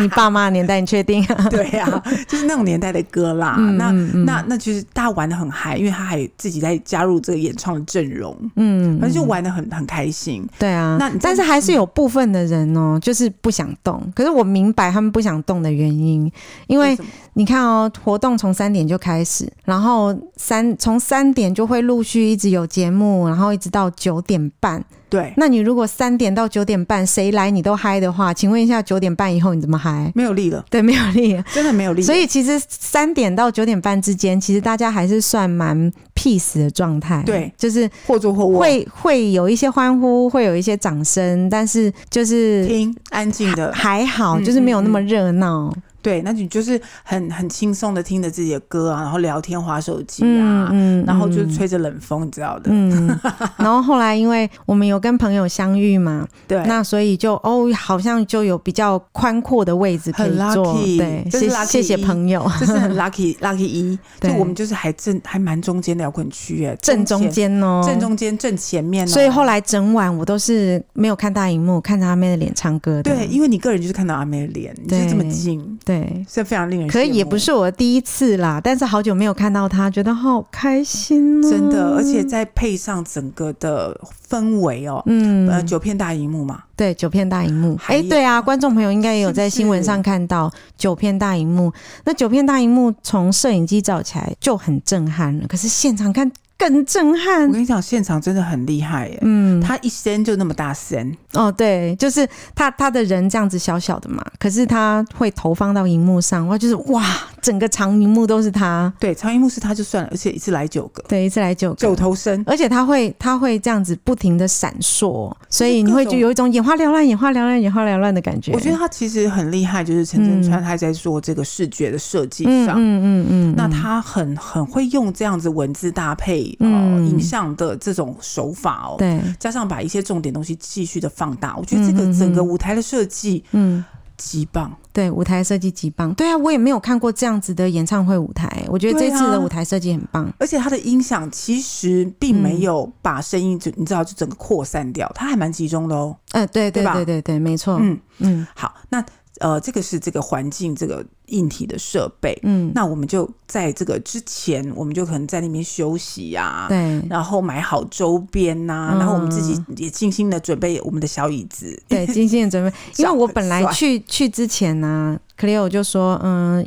[SPEAKER 2] 你爸妈的年代，你确定？
[SPEAKER 3] 对呀、啊，就是那种年代的歌啦。
[SPEAKER 2] 嗯
[SPEAKER 3] 那
[SPEAKER 2] 嗯嗯
[SPEAKER 3] 那那其实大家玩的很嗨，因为他还自己在加入这个演唱的阵容，
[SPEAKER 2] 嗯，
[SPEAKER 3] 反正就玩的很很开心。
[SPEAKER 2] 对啊，
[SPEAKER 3] 那你嗯
[SPEAKER 2] 但是还是有部分的人哦，就是不想动。可是我明白他们不想动的原因，因为
[SPEAKER 3] 什么
[SPEAKER 2] 你看哦，活动从三点就开始，然后三从三点就会陆续一直有节目，然后一直到九点半。
[SPEAKER 3] 对，
[SPEAKER 2] 那你如果三点到九点半谁来你都嗨的话，请问一下九点半以后你怎么嗨？
[SPEAKER 3] 没有力了，
[SPEAKER 2] 对，没有力。
[SPEAKER 3] 真的没有力了。
[SPEAKER 2] 所以其实三点到九点半之间，其实大家还是算蛮 peace 的状态。
[SPEAKER 3] 对，
[SPEAKER 2] 就是
[SPEAKER 3] 或坐或卧，
[SPEAKER 2] 会会有一些欢呼，会有一些掌声，但是就是
[SPEAKER 3] 听安静的，
[SPEAKER 2] 还好，
[SPEAKER 3] 嗯
[SPEAKER 2] 就是没有那么热闹。
[SPEAKER 3] 对，那你就是很很轻松的听着自己的歌啊，然后聊天、划手机
[SPEAKER 2] 嗯
[SPEAKER 3] 啊，
[SPEAKER 2] 嗯
[SPEAKER 3] 然后就
[SPEAKER 2] 嗯
[SPEAKER 3] 吹着冷风，你知道的。
[SPEAKER 2] 嗯，然后后来因为我们有跟朋友相遇嘛，
[SPEAKER 3] 对，
[SPEAKER 2] 那所以就哦，好像就有比较宽阔的位置可以
[SPEAKER 3] 很
[SPEAKER 2] 坐。
[SPEAKER 3] lucky，
[SPEAKER 2] 对，
[SPEAKER 3] 这是
[SPEAKER 2] 谢
[SPEAKER 3] lucky
[SPEAKER 2] 谢谢朋友，
[SPEAKER 3] 这是很 lucky lucky 一，就
[SPEAKER 2] 对
[SPEAKER 3] 我们就是还正还蛮中间的摇滚区耶，
[SPEAKER 2] 正中
[SPEAKER 3] 前、
[SPEAKER 2] 间哦，
[SPEAKER 3] 正。中间、正前面、哦。
[SPEAKER 2] 所以后来整晚我都是没有看大荧幕，看着阿妹的脸唱歌的。
[SPEAKER 3] 对，因为你个人就是看到阿妹的脸，你就
[SPEAKER 2] 对
[SPEAKER 3] 这么近，
[SPEAKER 2] 对，
[SPEAKER 3] 是非常令人羡慕。
[SPEAKER 2] 可以也不是我第一次啦，但是好久没有看到她，觉得好开心哦。
[SPEAKER 3] 真的，而且再配上整个的氛围哦，
[SPEAKER 2] 嗯，
[SPEAKER 3] 呃，九片大荧幕嘛，
[SPEAKER 2] 对，九片大荧幕。
[SPEAKER 3] 还
[SPEAKER 2] 哎、对啊，观众朋友应该也有
[SPEAKER 3] 是不
[SPEAKER 2] 在新闻
[SPEAKER 3] 是
[SPEAKER 2] 上看到九片大荧幕。那九片大荧幕从摄影机照起来就很震撼了，可是现场看更震
[SPEAKER 3] 我
[SPEAKER 2] 撼
[SPEAKER 3] 跟。你讲，现场真的很厉害耶。
[SPEAKER 2] 嗯，
[SPEAKER 3] 他一声就那么大声，
[SPEAKER 2] 哦，对，就是他他的人这样子小小的嘛，可是他会投放到荧幕上，哇，就是哇，整个长荧幕都是他。
[SPEAKER 3] 对，长荧幕是他就算了，而且一次来九个，
[SPEAKER 2] 对，一次来九个
[SPEAKER 3] 九头身，
[SPEAKER 2] 而且它会它会这样子不停的闪烁，所以
[SPEAKER 3] 各
[SPEAKER 2] 你会
[SPEAKER 3] 种
[SPEAKER 2] 就有一种眼花缭乱、眼花缭乱、眼花缭乱的感觉。
[SPEAKER 3] 我觉得他其实很厉害，就是陈振川
[SPEAKER 2] 嗯
[SPEAKER 3] 他在做这个视觉的设计
[SPEAKER 2] 嗯
[SPEAKER 3] 上，
[SPEAKER 2] 嗯嗯嗯，
[SPEAKER 3] 那
[SPEAKER 2] 嗯
[SPEAKER 3] 他很很会用这样子文字搭配呃、
[SPEAKER 2] 嗯
[SPEAKER 3] 影像的这种手法哦，
[SPEAKER 2] 对，
[SPEAKER 3] 加上把一些重点东西继续的放大，我觉得这
[SPEAKER 2] 嗯嗯
[SPEAKER 3] 个
[SPEAKER 2] 嗯
[SPEAKER 3] 整个舞台的设计
[SPEAKER 2] 嗯，
[SPEAKER 3] 极棒，
[SPEAKER 2] 对，舞台设计极棒。对啊，我也没有看过这样子的演唱会舞台，我觉得这
[SPEAKER 3] 对啊
[SPEAKER 2] 次的舞台设计很棒。
[SPEAKER 3] 而且它的音响其实并没有把声音就、你知道就整个扩散掉，它还蛮集中的哦。
[SPEAKER 2] 嗯、对对
[SPEAKER 3] 对吧
[SPEAKER 2] 对对对，没错。
[SPEAKER 3] 嗯，
[SPEAKER 2] 嗯
[SPEAKER 3] 好，那呃这个是这个环境这个硬体的设备，
[SPEAKER 2] 嗯，
[SPEAKER 3] 那我们就在这个之前，我们就可能在那边休息呀、
[SPEAKER 2] 对
[SPEAKER 3] 然后买好周边呐、
[SPEAKER 2] 嗯
[SPEAKER 3] 然后我们自己也精心的准备我们的小椅子。
[SPEAKER 2] 对，精心的 准备。因为我本来
[SPEAKER 3] 很帅
[SPEAKER 2] 去去之前呢、c l e o 就说，嗯，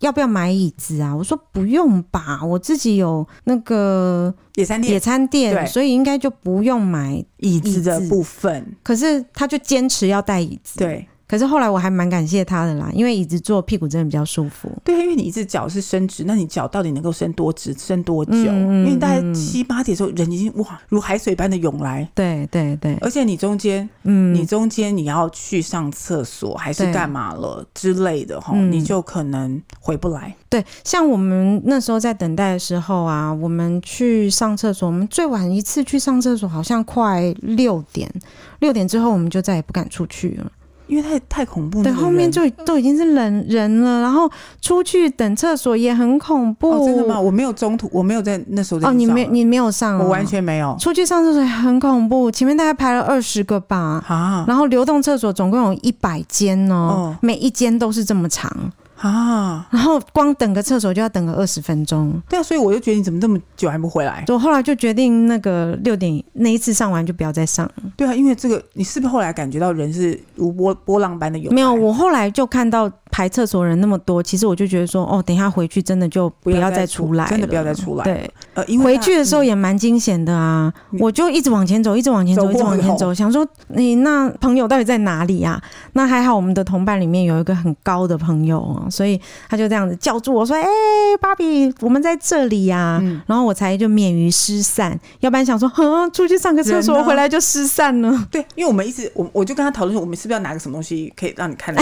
[SPEAKER 2] 要不要买椅子啊？我说不用吧，我自己有那个
[SPEAKER 3] 野餐
[SPEAKER 2] 野
[SPEAKER 3] 垫
[SPEAKER 2] 餐
[SPEAKER 3] 对
[SPEAKER 2] 垫，所以应该就不用买
[SPEAKER 3] 椅子的
[SPEAKER 2] 椅子嗯
[SPEAKER 3] 部分，
[SPEAKER 2] 可是他就坚持要带椅子。，
[SPEAKER 3] 对
[SPEAKER 2] 可是后来我还蛮感谢他的啦，因为椅子坐屁股真的比较舒服。
[SPEAKER 3] 对，因为你一只脚是伸直，那你脚到底能够伸多直，伸多久？
[SPEAKER 2] 嗯嗯
[SPEAKER 3] 因为你大
[SPEAKER 2] 嗯
[SPEAKER 3] 概七八点的时候，人已经哇如海水般的涌来，
[SPEAKER 2] 对对对，
[SPEAKER 3] 而且你中间、
[SPEAKER 2] 呃嗯，
[SPEAKER 3] 你中间你要去上厕所还是
[SPEAKER 2] 对
[SPEAKER 3] 干嘛了之类的哈，
[SPEAKER 2] 嗯
[SPEAKER 3] 你就可能回不来。
[SPEAKER 2] 对，像我们那时候在等待的时候啊，我们去上厕所，我们最晚一次去上厕所好像快六点，六点之后我们就再也不敢出去了。
[SPEAKER 3] 因为太太恐怖了，
[SPEAKER 2] 对，后面就都已经是人人了，然后出去等厕所也很恐怖。
[SPEAKER 3] 哦，真的吗？？我没有中途，我没有在那时候在
[SPEAKER 2] 哦，你没
[SPEAKER 3] 上啊
[SPEAKER 2] 你没嗯有上、啊
[SPEAKER 3] 我完。全没有
[SPEAKER 2] 出去上厕所也很恐怖，前面大概排了二十个吧，
[SPEAKER 3] 啊
[SPEAKER 2] 然后流动厕所总共有一百间哦，
[SPEAKER 3] 哦
[SPEAKER 2] 每一间都是这么长，
[SPEAKER 3] 啊！
[SPEAKER 2] 然后光等个厕所就要等个二十分钟。
[SPEAKER 3] 对啊，所以我就觉得你怎么这么久还不回来？
[SPEAKER 2] 就后来就决定那个六点那一次上完就不要再上了。
[SPEAKER 3] 对啊，因为这个你是不是后来感觉到人是如波波浪般的涌来？
[SPEAKER 2] 没有，我后来就看到排厕所人那么多，其实我就觉得说，哦，等一下回去真的就不
[SPEAKER 3] 不
[SPEAKER 2] 要
[SPEAKER 3] 要
[SPEAKER 2] 再
[SPEAKER 3] 再
[SPEAKER 2] 出来了，
[SPEAKER 3] 真的不要再出来。
[SPEAKER 2] 对，
[SPEAKER 3] 呃，因为
[SPEAKER 2] 回
[SPEAKER 3] 大
[SPEAKER 2] 去的时候
[SPEAKER 3] 嗯
[SPEAKER 2] 也蛮惊险的啊！
[SPEAKER 3] 嗯
[SPEAKER 2] 我就一直往前走，一直往前走，
[SPEAKER 3] 走
[SPEAKER 2] 一直往前
[SPEAKER 3] 过
[SPEAKER 2] 走，想说你、那朋友到底在哪里啊？那还好，我们的同伴里面有一个很高的朋友哦，所以他就这样子叫住我说：“哎、芭比，我们在这里呀、
[SPEAKER 3] 嗯
[SPEAKER 2] 然后我才就免于失散，要不然想说，哼，出去上个厕所
[SPEAKER 3] 人呢
[SPEAKER 2] 回来就失散了。
[SPEAKER 3] 对，因为我们一直我我就跟他讨论说，我们是不是要拿个什么东西可以让你看得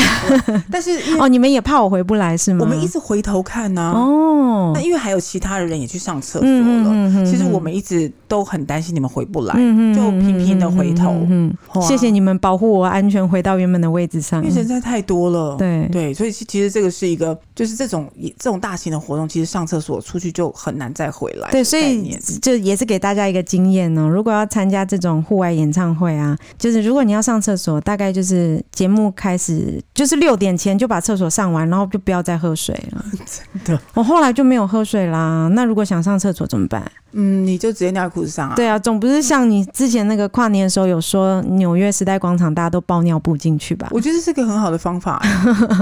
[SPEAKER 3] 出来但是因为
[SPEAKER 2] 哦，你们也怕我回不来是吗？
[SPEAKER 3] 我们一直回头看呢、
[SPEAKER 2] 嗯哦
[SPEAKER 3] 那，因为还有其他的人也去上厕所
[SPEAKER 2] 嗯
[SPEAKER 3] 了。
[SPEAKER 2] 嗯
[SPEAKER 3] 其实我们一直都很担心你们回不来，
[SPEAKER 2] 嗯
[SPEAKER 3] 就频频的回头。
[SPEAKER 2] 嗯，
[SPEAKER 3] 哇
[SPEAKER 2] 谢谢你们保护我安全回到原本的位置上
[SPEAKER 3] 因为。人实在太多
[SPEAKER 2] 嗯
[SPEAKER 3] 了。
[SPEAKER 2] 对
[SPEAKER 3] 对，所以其其实这个是一个，就是这种这种大型的活动，其实上厕所出去就很难再回来的概
[SPEAKER 2] 对，
[SPEAKER 3] 念。
[SPEAKER 2] 所以就也是给大家一个经验哦。如果要参加这种户外演唱会啊，就是如果你要上厕所，大概就是节目开始就是六点前就把厕所上完，然后就不要再喝水了。
[SPEAKER 3] 真的，
[SPEAKER 2] 我后来就没有喝水啦。那如果想上厕所怎么办？
[SPEAKER 3] 嗯，你就直接尿在裤子上啊。
[SPEAKER 2] 对啊，总不是像你之前那个跨年的时候有说纽约时代广场大家都包尿布进去吧？
[SPEAKER 3] 我觉得这是个很好的 方法。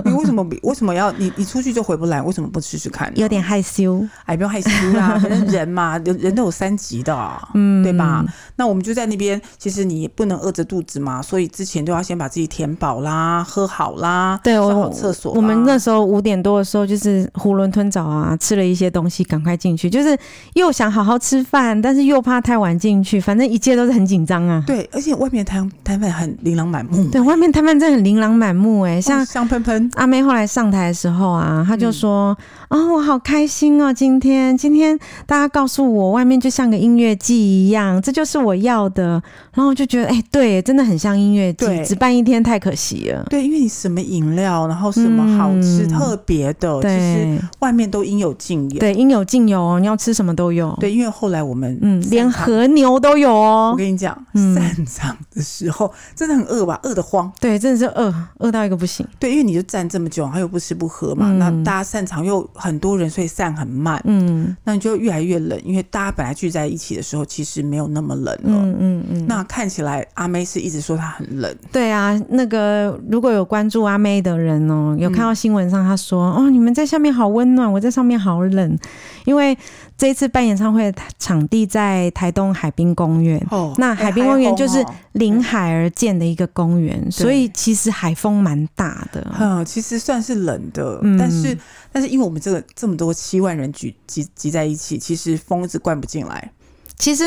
[SPEAKER 3] 你为什么比为什么要你你出去就回不来？为什么不试试看呢？
[SPEAKER 2] 有点害羞，
[SPEAKER 3] 哎，不用害羞 啦，反正人嘛，人人都有三级的，嗯，对吧？那我们就在那边，其实你不能饿着肚子嘛，所以之前都要先把自己填饱啦，喝好啦，
[SPEAKER 2] 对我
[SPEAKER 3] 上好厕所啦。啊
[SPEAKER 2] 我们那时候五点多的时候，就是囫囵吞枣啊，吃了一些东西，赶快进去，就是又想好好吃饭，但是又怕太晚进去，反正一切都是很紧张啊。
[SPEAKER 3] 对，而且外面的摊摊贩很琳琅满目，
[SPEAKER 2] 对，外面摊贩真的很琳琅满目哎、像
[SPEAKER 3] 哦香喷喷，
[SPEAKER 2] 阿妹后来上台的时候啊，她
[SPEAKER 3] 嗯
[SPEAKER 2] 就说：“啊、我好开心哦，今天今天大家告诉我，外面就像个音乐季一样，这就是我要的。”然后我就觉得，哎、对，真的很像音乐季，
[SPEAKER 3] 对
[SPEAKER 2] 只办一天太可惜了。
[SPEAKER 3] 对，因为你什么饮料，然后什么好吃、
[SPEAKER 2] 嗯
[SPEAKER 3] 特别的，哦其实
[SPEAKER 2] 对
[SPEAKER 3] 外面都应有尽有。
[SPEAKER 2] 对，应有尽有哦，你要吃什么都有。，
[SPEAKER 3] 对，因为后来我们
[SPEAKER 2] 嗯，
[SPEAKER 3] 散
[SPEAKER 2] 连
[SPEAKER 3] 场
[SPEAKER 2] 和牛都有
[SPEAKER 3] 我
[SPEAKER 2] 哦。
[SPEAKER 3] 跟你讲，
[SPEAKER 2] 嗯
[SPEAKER 3] 散场的时候真的很饿吧，饿得慌。
[SPEAKER 2] 对，真的是饿饿到一个不行。
[SPEAKER 3] 对，因为你就站这么久，然后又不吃不喝嘛，
[SPEAKER 2] 嗯
[SPEAKER 3] 那大家散场又很多人，所以散很慢，
[SPEAKER 2] 嗯
[SPEAKER 3] 那你就越来越冷，因为大家本来聚在一起的时候，其实没有那么冷了。
[SPEAKER 2] 嗯嗯嗯。
[SPEAKER 3] 那看起来阿妹是一直说她很冷，
[SPEAKER 2] 对啊，那个如果有关注阿妹的人
[SPEAKER 3] 嗯
[SPEAKER 2] 哦，有看到新闻上她说、哦，你们在下面好温暖，我在上面好冷，因为这一次办演唱会的场地在台东海滨公园。
[SPEAKER 3] 哦，
[SPEAKER 2] 那
[SPEAKER 3] 哎
[SPEAKER 2] 海滨公园
[SPEAKER 3] 还
[SPEAKER 2] 就是
[SPEAKER 3] 红哦
[SPEAKER 2] 临海而建的一个公园，所以其实海风蛮大的。
[SPEAKER 3] 嗯，其实算是冷的，
[SPEAKER 2] 嗯
[SPEAKER 3] 但是但是因为我们这个这么多七万人聚集集在一起，其实风是灌不进来，
[SPEAKER 2] 其实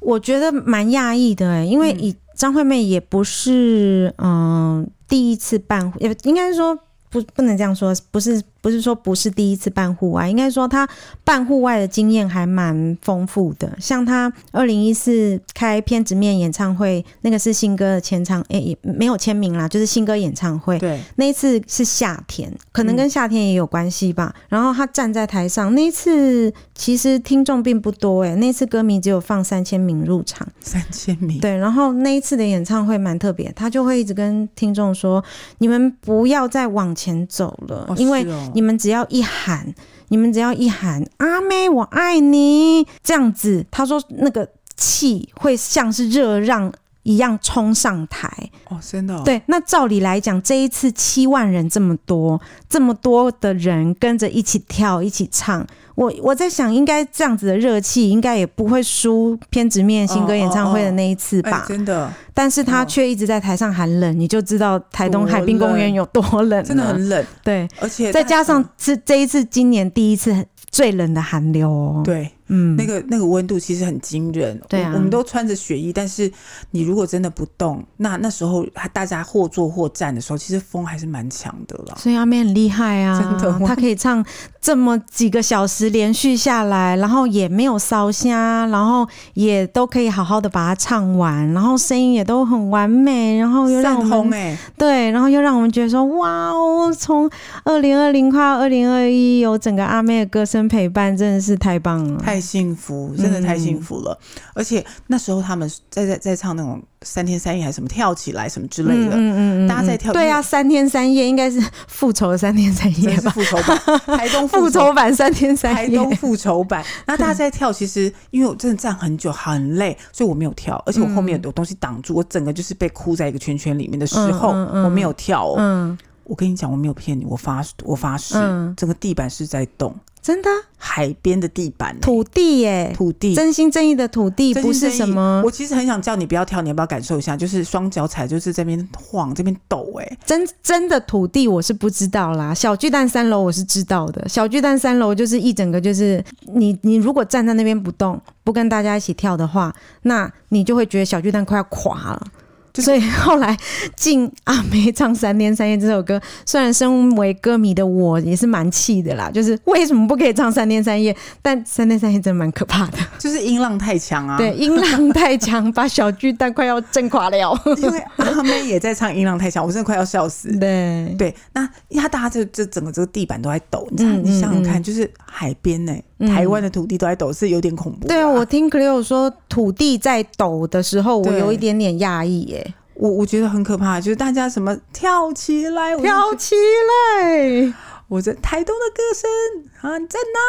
[SPEAKER 2] 我觉得蛮讶异的、欸，因为以张惠妹也不是嗯、第一次办，也应该说不不能这样说，不是不是说不是第一次办户外，应该说她办户外的经验还蛮丰富的。像她二零一四开偏执面演唱会，那个是新歌的签唱，诶、也没有签名啦，就是新歌演唱会。
[SPEAKER 3] 对，
[SPEAKER 2] 那一次是夏天，可
[SPEAKER 3] 嗯
[SPEAKER 2] 能跟夏天也有关系吧。然后他站在台上，那一次其实听众并不多诶、那一次歌迷只有放三千名入场。
[SPEAKER 3] 三千米，
[SPEAKER 2] 对，然后那一次的演唱会蛮特别，他就会一直跟听众说：“你们不要再往前走了，
[SPEAKER 3] 哦，
[SPEAKER 2] 因为
[SPEAKER 3] 是哦
[SPEAKER 2] 你们只要一喊，你们只要一喊‘阿妹我爱你’这样子，他说那个气会像是热浪一样冲上台。”
[SPEAKER 3] 哦，真的、哦，，
[SPEAKER 2] 对，那照理来讲，这一次七万人这么多，这么多的人跟着一起跳、一起唱，我我在想，应该这样子的热气，应该也不会输偏执面新歌演唱会的那一次
[SPEAKER 3] 哎、
[SPEAKER 2] 吧？
[SPEAKER 3] 真的
[SPEAKER 2] 但是他却一直在台上喊冷，你就知道台东
[SPEAKER 3] 多
[SPEAKER 2] 海滨公园有多冷了，
[SPEAKER 3] 真的很冷，
[SPEAKER 2] 对。
[SPEAKER 3] 而且
[SPEAKER 2] 再
[SPEAKER 3] 它
[SPEAKER 2] 加上
[SPEAKER 3] 嗯
[SPEAKER 2] 是这一次今年第一次最冷的寒流哦，，
[SPEAKER 3] 对
[SPEAKER 2] 嗯，
[SPEAKER 3] 那个那个温度其实很惊人，
[SPEAKER 2] 对啊
[SPEAKER 3] 我我们都穿着雪衣，但是你如果真的不动，那那时候还大家或坐或站的时候，其实风还是蛮强的啦。
[SPEAKER 2] 所以阿妹很厉害啊，
[SPEAKER 3] 真的吗
[SPEAKER 2] 她可以唱这么几个小时连续下来，然后也没有烧瞎，然后也都可以好好的把它唱完，然后声音也都很完美，然后又让哦我
[SPEAKER 3] 散
[SPEAKER 2] 们
[SPEAKER 3] 风哎、
[SPEAKER 2] 对，然后又让我们觉得说，哇哦，从二零二零快到二零二一，有整个阿妹的歌声陪伴，真的是太棒了。
[SPEAKER 3] 太幸福，真的太幸福了。而且那时候他们在在在唱那种三天三夜还是什么跳起来什么之类的，
[SPEAKER 2] 嗯
[SPEAKER 3] 大家在跳
[SPEAKER 2] 对啊，三天三夜应该是复仇的三天三
[SPEAKER 3] 真
[SPEAKER 2] 夜
[SPEAKER 3] 是
[SPEAKER 2] 吧，
[SPEAKER 3] 复仇版，台东
[SPEAKER 2] 复
[SPEAKER 3] 仇
[SPEAKER 2] 仇。版三天三
[SPEAKER 3] 台
[SPEAKER 2] 夜，
[SPEAKER 3] 东复 仇版，那大家在跳，其实因为我真的站很久，很累，所以我没有跳，而且我后
[SPEAKER 2] 嗯
[SPEAKER 3] 面有多东西挡住，我整个就是被箍在一个圈圈里面的时候，
[SPEAKER 2] 嗯嗯嗯
[SPEAKER 3] 我没有跳哦。
[SPEAKER 2] 嗯
[SPEAKER 3] 我跟你讲，我没有骗你，我发我发誓，
[SPEAKER 2] 嗯
[SPEAKER 3] 整个地板是在动，
[SPEAKER 2] 真的啊
[SPEAKER 3] 海边的地板、
[SPEAKER 2] 土地耶，
[SPEAKER 3] 土地
[SPEAKER 2] 真心正义的土地
[SPEAKER 3] 真
[SPEAKER 2] 不
[SPEAKER 3] 心
[SPEAKER 2] 是
[SPEAKER 3] 真意
[SPEAKER 2] 什么
[SPEAKER 3] 我其实很想叫你不要跳，你要不要感受一下？就是双脚踩，就是这边晃，这边抖、哎，
[SPEAKER 2] 真真的土地，我是不知道啦。小巨蛋三楼我是知道的，小巨蛋三楼就是一整个就是你你如果站在那边不动，不跟大家一起跳的话，那你就会觉得小巨蛋快要垮了。
[SPEAKER 3] 就是
[SPEAKER 2] 所以后来进阿妹唱《三天三夜》这首歌，虽然身为歌迷的我也是蛮气的啦，就是为什么不可以唱《三天三夜》？但《三天三夜》真的蛮可怕的，
[SPEAKER 3] 就是音浪太强啊。
[SPEAKER 2] 对，，音浪太强，把小巨蛋快要震垮 了。
[SPEAKER 3] 因为阿妹也在唱音浪太强，我真的快要笑死。
[SPEAKER 2] 嗯对，
[SPEAKER 3] 对，那他大家这这整个这个地板都在抖，你
[SPEAKER 2] 嗯
[SPEAKER 3] 想你想想
[SPEAKER 2] 嗯
[SPEAKER 3] 看，就是海边呢、
[SPEAKER 2] 嗯
[SPEAKER 3] 台湾的土地都在抖，是有点恐怖的。
[SPEAKER 2] 对啊，我听 Cleo 说土地在抖的时候，我
[SPEAKER 3] 对
[SPEAKER 2] 有一点点讶异耶，
[SPEAKER 3] 我我觉得很可怕，就是大家什么跳起来，我就
[SPEAKER 2] 飘起来
[SPEAKER 3] 我这台东的歌声啊，你在哪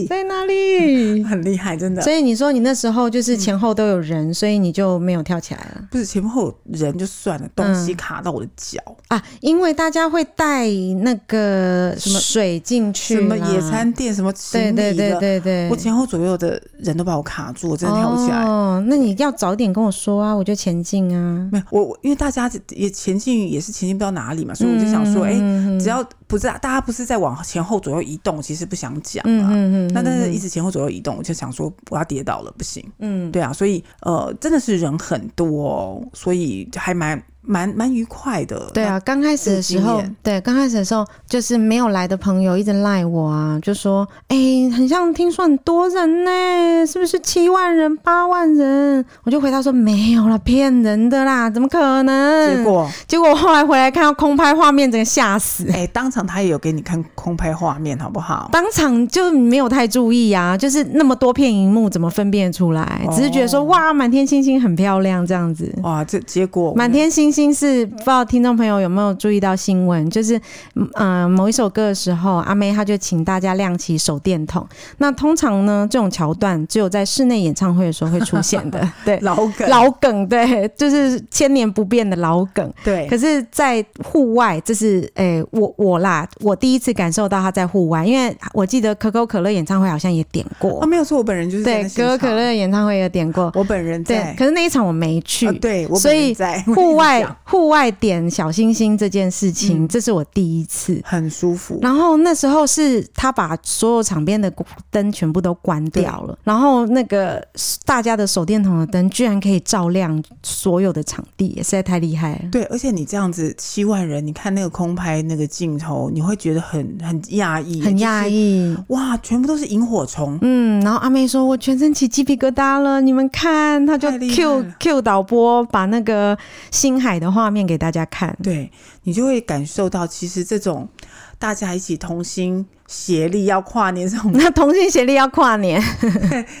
[SPEAKER 3] 里？
[SPEAKER 2] 在哪 里？
[SPEAKER 3] 很厉害，真的。
[SPEAKER 2] 所以你说你那时候
[SPEAKER 3] 嗯
[SPEAKER 2] 就是前后都有人，所以你就没有跳起来了
[SPEAKER 3] 不是前后有人就算了，东
[SPEAKER 2] 嗯
[SPEAKER 3] 西卡到我的脚，
[SPEAKER 2] 啊？因为大家会带那个
[SPEAKER 3] 什么
[SPEAKER 2] 水进去
[SPEAKER 3] 什
[SPEAKER 2] 啦，
[SPEAKER 3] 么野餐垫，什么
[SPEAKER 2] 对
[SPEAKER 3] 行
[SPEAKER 2] 对
[SPEAKER 3] 李
[SPEAKER 2] 对
[SPEAKER 3] 的，
[SPEAKER 2] 对对，
[SPEAKER 3] 我前后左右的人都把我卡住，我真的跳不起来。
[SPEAKER 2] 哦，那你要早点跟我说啊，我就前进啊。
[SPEAKER 3] 没有，我我因为大家也前进也是前进不到哪里嘛，所以我就想说，哎、
[SPEAKER 2] 嗯
[SPEAKER 3] 只要不是大家不是在往前后左右移动，其实不想讲
[SPEAKER 2] 嗯
[SPEAKER 3] 啊。
[SPEAKER 2] 嗯嗯，
[SPEAKER 3] 那但是
[SPEAKER 2] 嗯
[SPEAKER 3] 一直前后左右移动，我就想说我要跌倒了，不行。
[SPEAKER 2] 嗯
[SPEAKER 3] 对啊，所以呃，真的是人很多、哦，所以还蛮蛮蛮愉快的。
[SPEAKER 2] 对啊，刚开始的时
[SPEAKER 3] 自己
[SPEAKER 2] 候
[SPEAKER 3] 演，
[SPEAKER 2] 对，刚开始的时候就是没有来的朋友一直赖我啊，就说，哎、很像听说很多人呢、是不是七万人、八万人？我就回答说没有啦，骗人的啦，怎么可
[SPEAKER 3] 那，
[SPEAKER 2] 能？
[SPEAKER 3] 结果
[SPEAKER 2] 结果我后来回来看到空拍画面，整个吓死。
[SPEAKER 3] 哎、当场他也有给你看空拍画面，好不好？
[SPEAKER 2] 当场就没有太注意啊，就是那么多片荧幕，怎么分辨得出来？只是觉得说
[SPEAKER 3] 哦
[SPEAKER 2] 哇，满天星星很漂亮这样子。
[SPEAKER 3] 哇，这结果我
[SPEAKER 2] 满
[SPEAKER 3] 们
[SPEAKER 2] 天星星是不知道听众朋友有没有注意到新闻，就是嗯、呃某一首歌的时候，阿妹她就请大家亮起手电筒。那通常呢，这种桥段只有在室内演唱会的时候会出现 的，对，
[SPEAKER 3] 老梗
[SPEAKER 2] 老梗，对，就是千年不变的老梗。
[SPEAKER 3] 对
[SPEAKER 2] 可是，在户外，这是诶、我我啦，我第一次感受到他在户外，因为我记得可口可乐演唱会好像也点过，
[SPEAKER 3] 哦，没有错，我本人就是在
[SPEAKER 2] 对
[SPEAKER 3] 那，现
[SPEAKER 2] 可口可
[SPEAKER 3] 场，
[SPEAKER 2] 乐演唱会也点过，
[SPEAKER 3] 我本人
[SPEAKER 2] 对
[SPEAKER 3] 在，。
[SPEAKER 2] 可是那一场我没去，
[SPEAKER 3] 啊对我
[SPEAKER 2] 所
[SPEAKER 3] 本
[SPEAKER 2] 以
[SPEAKER 3] 人在
[SPEAKER 2] 户外
[SPEAKER 3] 我跟你讲
[SPEAKER 2] 户外点小星星这件事情，
[SPEAKER 3] 嗯
[SPEAKER 2] 这是我第一次。
[SPEAKER 3] 很舒服。
[SPEAKER 2] 然后那时候是他把所有场边的灯全部都关掉了，然后那个大家的手电筒的灯居然可以照亮所有的场地，实在太厉害了。
[SPEAKER 3] 对，而且你这样子七万人，你看那个空拍那个镜头，你会觉得很很讶异，
[SPEAKER 2] 很讶
[SPEAKER 3] 就是。
[SPEAKER 2] 异，
[SPEAKER 3] 哇，全部都是萤火虫，
[SPEAKER 2] 嗯，然后阿妹说：“我全身起鸡皮疙瘩了，你们看。”她就
[SPEAKER 3] 太厉害
[SPEAKER 2] Q
[SPEAKER 3] 了
[SPEAKER 2] Q 导播把那个星海的画面给大家看。
[SPEAKER 3] 对你就会感受到，其实这种大家一起同心协力要跨年这种
[SPEAKER 2] 那同心协力要跨年，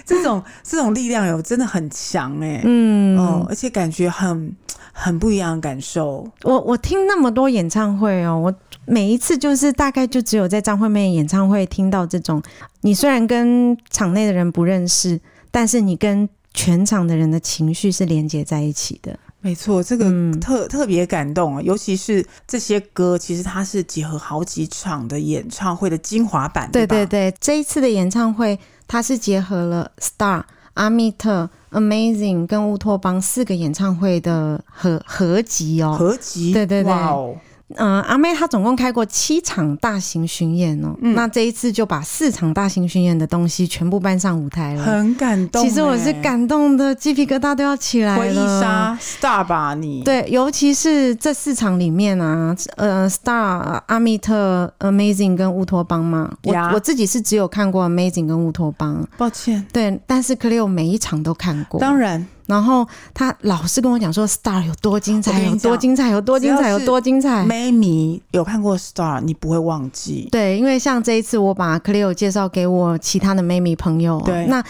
[SPEAKER 3] 这种这种力量有真的很强哎、
[SPEAKER 2] 嗯，
[SPEAKER 3] 哦，而且感觉很很不一样的感受。
[SPEAKER 2] 我我听那么多演唱会哦，我每一次就是大概就只有在张惠妹演唱会听到这种，你虽然跟场内的人不认识，但是你跟全场的人的情绪是连接在一起的。
[SPEAKER 3] 没错，这个
[SPEAKER 2] 嗯
[SPEAKER 3] 特、特别感动啊，尤其是这些歌，其实它是结合好几场的演唱会的精华版，
[SPEAKER 2] 对
[SPEAKER 3] 对
[SPEAKER 2] 对
[SPEAKER 3] 吧
[SPEAKER 2] 对，这一次的演唱会，它是结合了 Star、阿密特、Amazing 跟乌托邦四个演唱会的合合集哦。
[SPEAKER 3] 合集，
[SPEAKER 2] 对对对
[SPEAKER 3] 哇哦，
[SPEAKER 2] 嗯、阿妹她总共开过七场大型巡演哦，那这一次就把四场大型巡演的东西全部搬上舞台了。
[SPEAKER 3] 很感动
[SPEAKER 2] 嗯
[SPEAKER 3] 欸、
[SPEAKER 2] 其实我是感动的，鸡皮疙瘩都要起来了。
[SPEAKER 3] 回忆杀 star 吧你，
[SPEAKER 2] 对，尤其是这四场里面啊，呃，Star、阿密特、Amazing 跟乌托邦嘛，我
[SPEAKER 3] 呀
[SPEAKER 2] 我自己是只有看过 Amazing 跟乌托邦，
[SPEAKER 3] 抱歉，
[SPEAKER 2] 对，但是 Cleo 每一场都看过。
[SPEAKER 3] 当然
[SPEAKER 2] 然后他老是跟我讲说 Star 有多精
[SPEAKER 3] 我
[SPEAKER 2] 彩，
[SPEAKER 3] 跟你
[SPEAKER 2] 有多
[SPEAKER 3] 讲
[SPEAKER 2] 精彩，有多精
[SPEAKER 3] 只
[SPEAKER 2] 彩，
[SPEAKER 3] 要
[SPEAKER 2] 有
[SPEAKER 3] 是
[SPEAKER 2] 多精彩。
[SPEAKER 3] ，Mamie 有看过 star，你不会忘记，
[SPEAKER 2] 哎对，因为像这一次我把 Cleo 介绍给我其他的妹妹朋友啊，
[SPEAKER 3] 对
[SPEAKER 2] 那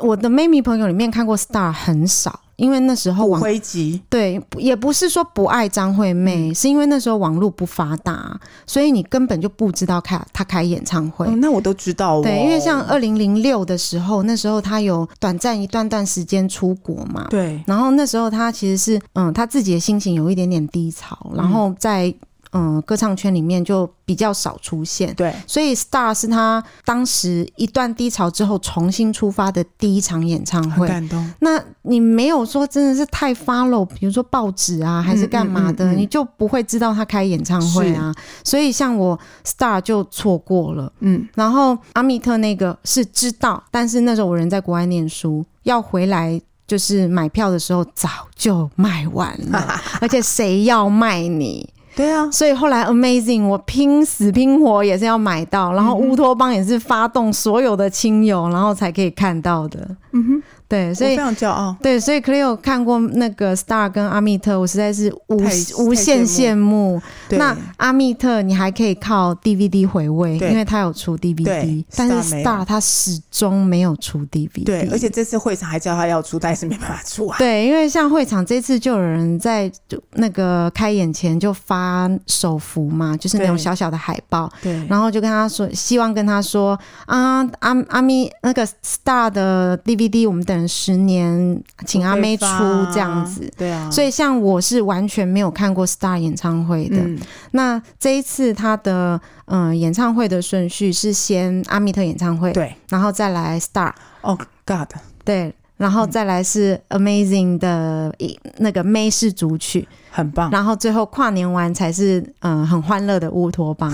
[SPEAKER 2] 我的妹妹朋友里面看过 Star 很少，因为那时候
[SPEAKER 3] 骨
[SPEAKER 2] 网
[SPEAKER 3] 灰级，
[SPEAKER 2] 对，不也不是说不爱张惠妹，
[SPEAKER 3] 嗯
[SPEAKER 2] 是因为那时候网络不发达，所以你根本就不知道开她开演唱会。
[SPEAKER 3] 哦，那我都知道哦，
[SPEAKER 2] 对，因为像二零零六的时候，那时候她有短暂一段段时间出国嘛。
[SPEAKER 3] 对。
[SPEAKER 2] 然后那时候她其实是，嗯，她自己的心情有一点点低潮，然后在嗯歌唱圈里面就比较少出现。
[SPEAKER 3] 对，
[SPEAKER 2] 所以 Star 是她当时一段低潮之后重新出发的第一场演唱
[SPEAKER 3] 很
[SPEAKER 2] 会。
[SPEAKER 3] 感动。
[SPEAKER 2] 那你没有说真的是太 follow，比如说报纸啊，还是干嘛的，
[SPEAKER 3] 嗯嗯嗯嗯
[SPEAKER 2] 你就不会知道他开演唱会啊。所以像我 Star 就错过了，
[SPEAKER 3] 嗯，
[SPEAKER 2] 然后阿密特那个是知道，但是那时候我人在国外念书，要回来就是买票的时候早就卖完了， 而且谁要卖你？
[SPEAKER 3] 对啊，
[SPEAKER 2] 所以后来 Amazing 我拼死拼活也是要买到，
[SPEAKER 3] 嗯
[SPEAKER 2] 然后乌托邦也是发动所有的亲友，然后才可以看到的。
[SPEAKER 3] 嗯哼，
[SPEAKER 2] 对，所
[SPEAKER 3] 我非
[SPEAKER 2] 以
[SPEAKER 3] 常骄傲。
[SPEAKER 2] 对，所以 Cleo 看过那个 Star 跟阿密特，我实在是无
[SPEAKER 3] 太
[SPEAKER 2] 无
[SPEAKER 3] 太
[SPEAKER 2] 限
[SPEAKER 3] 羡
[SPEAKER 2] 羡慕。
[SPEAKER 3] 对
[SPEAKER 2] 那阿密特你还可以靠 DVD 回味，
[SPEAKER 3] 对
[SPEAKER 2] 因为他有出 DVD，
[SPEAKER 3] 对
[SPEAKER 2] 但是
[SPEAKER 3] Star 没有
[SPEAKER 2] Star 他始终没有出 DVD。
[SPEAKER 3] 对，而且这次会场还叫他要出，但是没办法出啊。
[SPEAKER 2] 对，因为像会场这次就有人在就那个开演前就发手幅嘛，就是那种
[SPEAKER 3] 对
[SPEAKER 2] 小小的海报，
[SPEAKER 3] 对
[SPEAKER 2] 然后就跟他说，希望跟他说啊，阿阿咪那个 Star 的 DVD 我们等十年，请阿妹出这样子。。
[SPEAKER 3] 对啊，
[SPEAKER 2] 所
[SPEAKER 3] 以
[SPEAKER 2] 以像我是完全没有看过 Star 演唱会的。
[SPEAKER 3] 嗯，
[SPEAKER 2] 那这一次他的嗯、呃演唱会的顺序是先阿密特演唱会，
[SPEAKER 3] 对，
[SPEAKER 2] 然后再来 Star，
[SPEAKER 3] 哦，God，
[SPEAKER 2] 对，然后
[SPEAKER 3] 嗯
[SPEAKER 2] 再来是 Amazing 的一那个美式组曲，
[SPEAKER 3] 很棒。
[SPEAKER 2] 然后最后跨年完才是嗯、呃很欢乐的乌托 邦。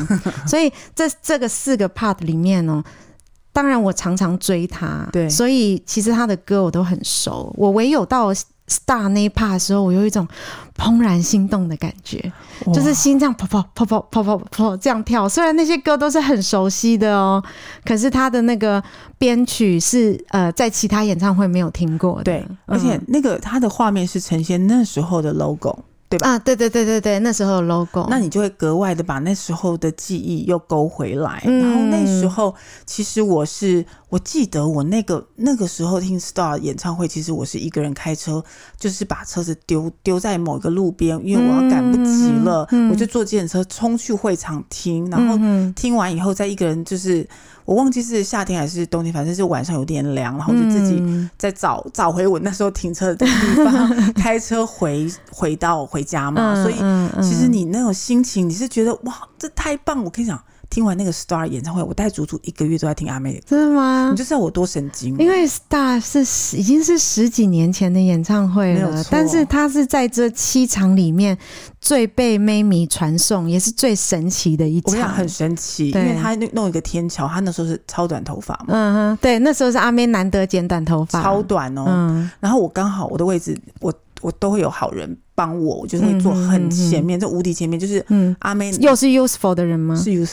[SPEAKER 2] 所以这这个四个 part 里面呢、当然我常常追他，
[SPEAKER 3] 对
[SPEAKER 2] 所以其实他的歌我都很熟。我唯有到 Star 那一 part 的时候，我有一种怦然心动的感觉，就是
[SPEAKER 3] 哇
[SPEAKER 2] 心脏跑跑跑跑跑跑跑这样跳。虽然那些歌都是很熟悉的哦，可是他的那个编曲是呃在其他演唱会没有听过的，
[SPEAKER 3] 对，
[SPEAKER 2] 嗯
[SPEAKER 3] 而且那个它的画面是呈现那时候的 logo，对吧？
[SPEAKER 2] 啊，对对对对对，那时候有 logo，
[SPEAKER 3] 那你就会格外的把那时候的记忆又勾回来。
[SPEAKER 2] 嗯
[SPEAKER 3] 然后那时候，其实我是我记得我那个那个时候听 Star 演唱会，其实我是一个人开车，就是把车子丢丢在某个路边，因为我要赶不及了，
[SPEAKER 2] 嗯嗯
[SPEAKER 3] 我就坐电车冲去会场听，然后
[SPEAKER 2] 嗯
[SPEAKER 3] 听完以后再一个人，就是我忘记是夏天还是冬天，反正是晚上有点凉，然后就自己
[SPEAKER 2] 嗯
[SPEAKER 3] 再找找回我那时候停车的地方，开车回 回到回家嘛。所以
[SPEAKER 2] 嗯嗯
[SPEAKER 3] 其实你那种心情，你是觉得哇，这太棒！我跟你讲，听完那个 Star 演唱会，我大概足足一个月都在听阿妹的歌，
[SPEAKER 2] 真的吗
[SPEAKER 3] 你？就知道我多神经
[SPEAKER 2] 嗯
[SPEAKER 3] 了。
[SPEAKER 2] 因为 Star 是十已经是十几年前的演唱会
[SPEAKER 3] 没有
[SPEAKER 2] 了
[SPEAKER 3] 错，
[SPEAKER 2] 但是它是在这七场里面最被妹迷传颂，也是最神奇的一
[SPEAKER 3] 我跟你
[SPEAKER 2] 场。
[SPEAKER 3] 讲很神奇，因
[SPEAKER 2] 对
[SPEAKER 3] 为他弄弄一个天桥，他那时候是超短头发嘛，
[SPEAKER 2] 嗯哼，对，那时候是阿妹难得剪短头发，
[SPEAKER 3] 超短哦，
[SPEAKER 2] 嗯
[SPEAKER 3] 然后我刚好我的位置，我我都会有好人帮我，我就是会坐很前面，这无敌前面就是
[SPEAKER 2] 嗯，
[SPEAKER 3] 阿妹
[SPEAKER 2] 又是 useful 的人吗？
[SPEAKER 3] 是有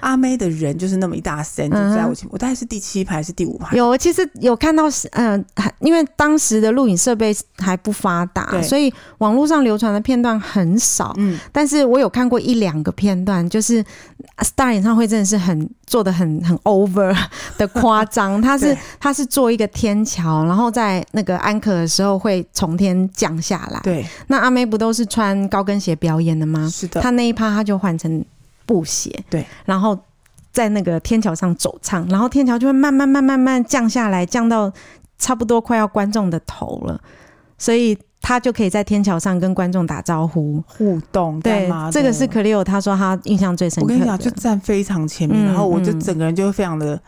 [SPEAKER 3] 阿妹的人就是那么一大身，就在
[SPEAKER 2] 嗯
[SPEAKER 3] 我前面，我大概是第七排还是第五排，
[SPEAKER 2] 有，我其实有看到，嗯、还因为当时的录影设备还不发达，
[SPEAKER 3] 对
[SPEAKER 2] 所以网络上流传的片段很少。
[SPEAKER 3] 嗯，
[SPEAKER 2] 但是我有看过一两个片段，就是 Star 演唱会真的是很做的很很 over 的夸张，它是
[SPEAKER 3] 对
[SPEAKER 2] 它是做一个天桥，然后在那个安可的时候会从天降下来。
[SPEAKER 3] 对，
[SPEAKER 2] 那阿妹不都是穿高跟鞋表演的吗？
[SPEAKER 3] 是的，
[SPEAKER 2] 她那一趴她就换成布鞋，
[SPEAKER 3] 对，
[SPEAKER 2] 然后在那个天桥上走唱，然后天桥就会慢慢慢慢慢降下来，降到差不多快要观众的头了，所以她就可以在天桥上跟观众打招呼。
[SPEAKER 3] 互动干
[SPEAKER 2] 对
[SPEAKER 3] 嘛，的
[SPEAKER 2] 这个是 Cleo 他说他印象最深
[SPEAKER 3] 我
[SPEAKER 2] 刻的。
[SPEAKER 3] 跟你讲，就站非常前面，
[SPEAKER 2] 嗯
[SPEAKER 3] 然后我就
[SPEAKER 2] 嗯
[SPEAKER 3] 整个人就会非常的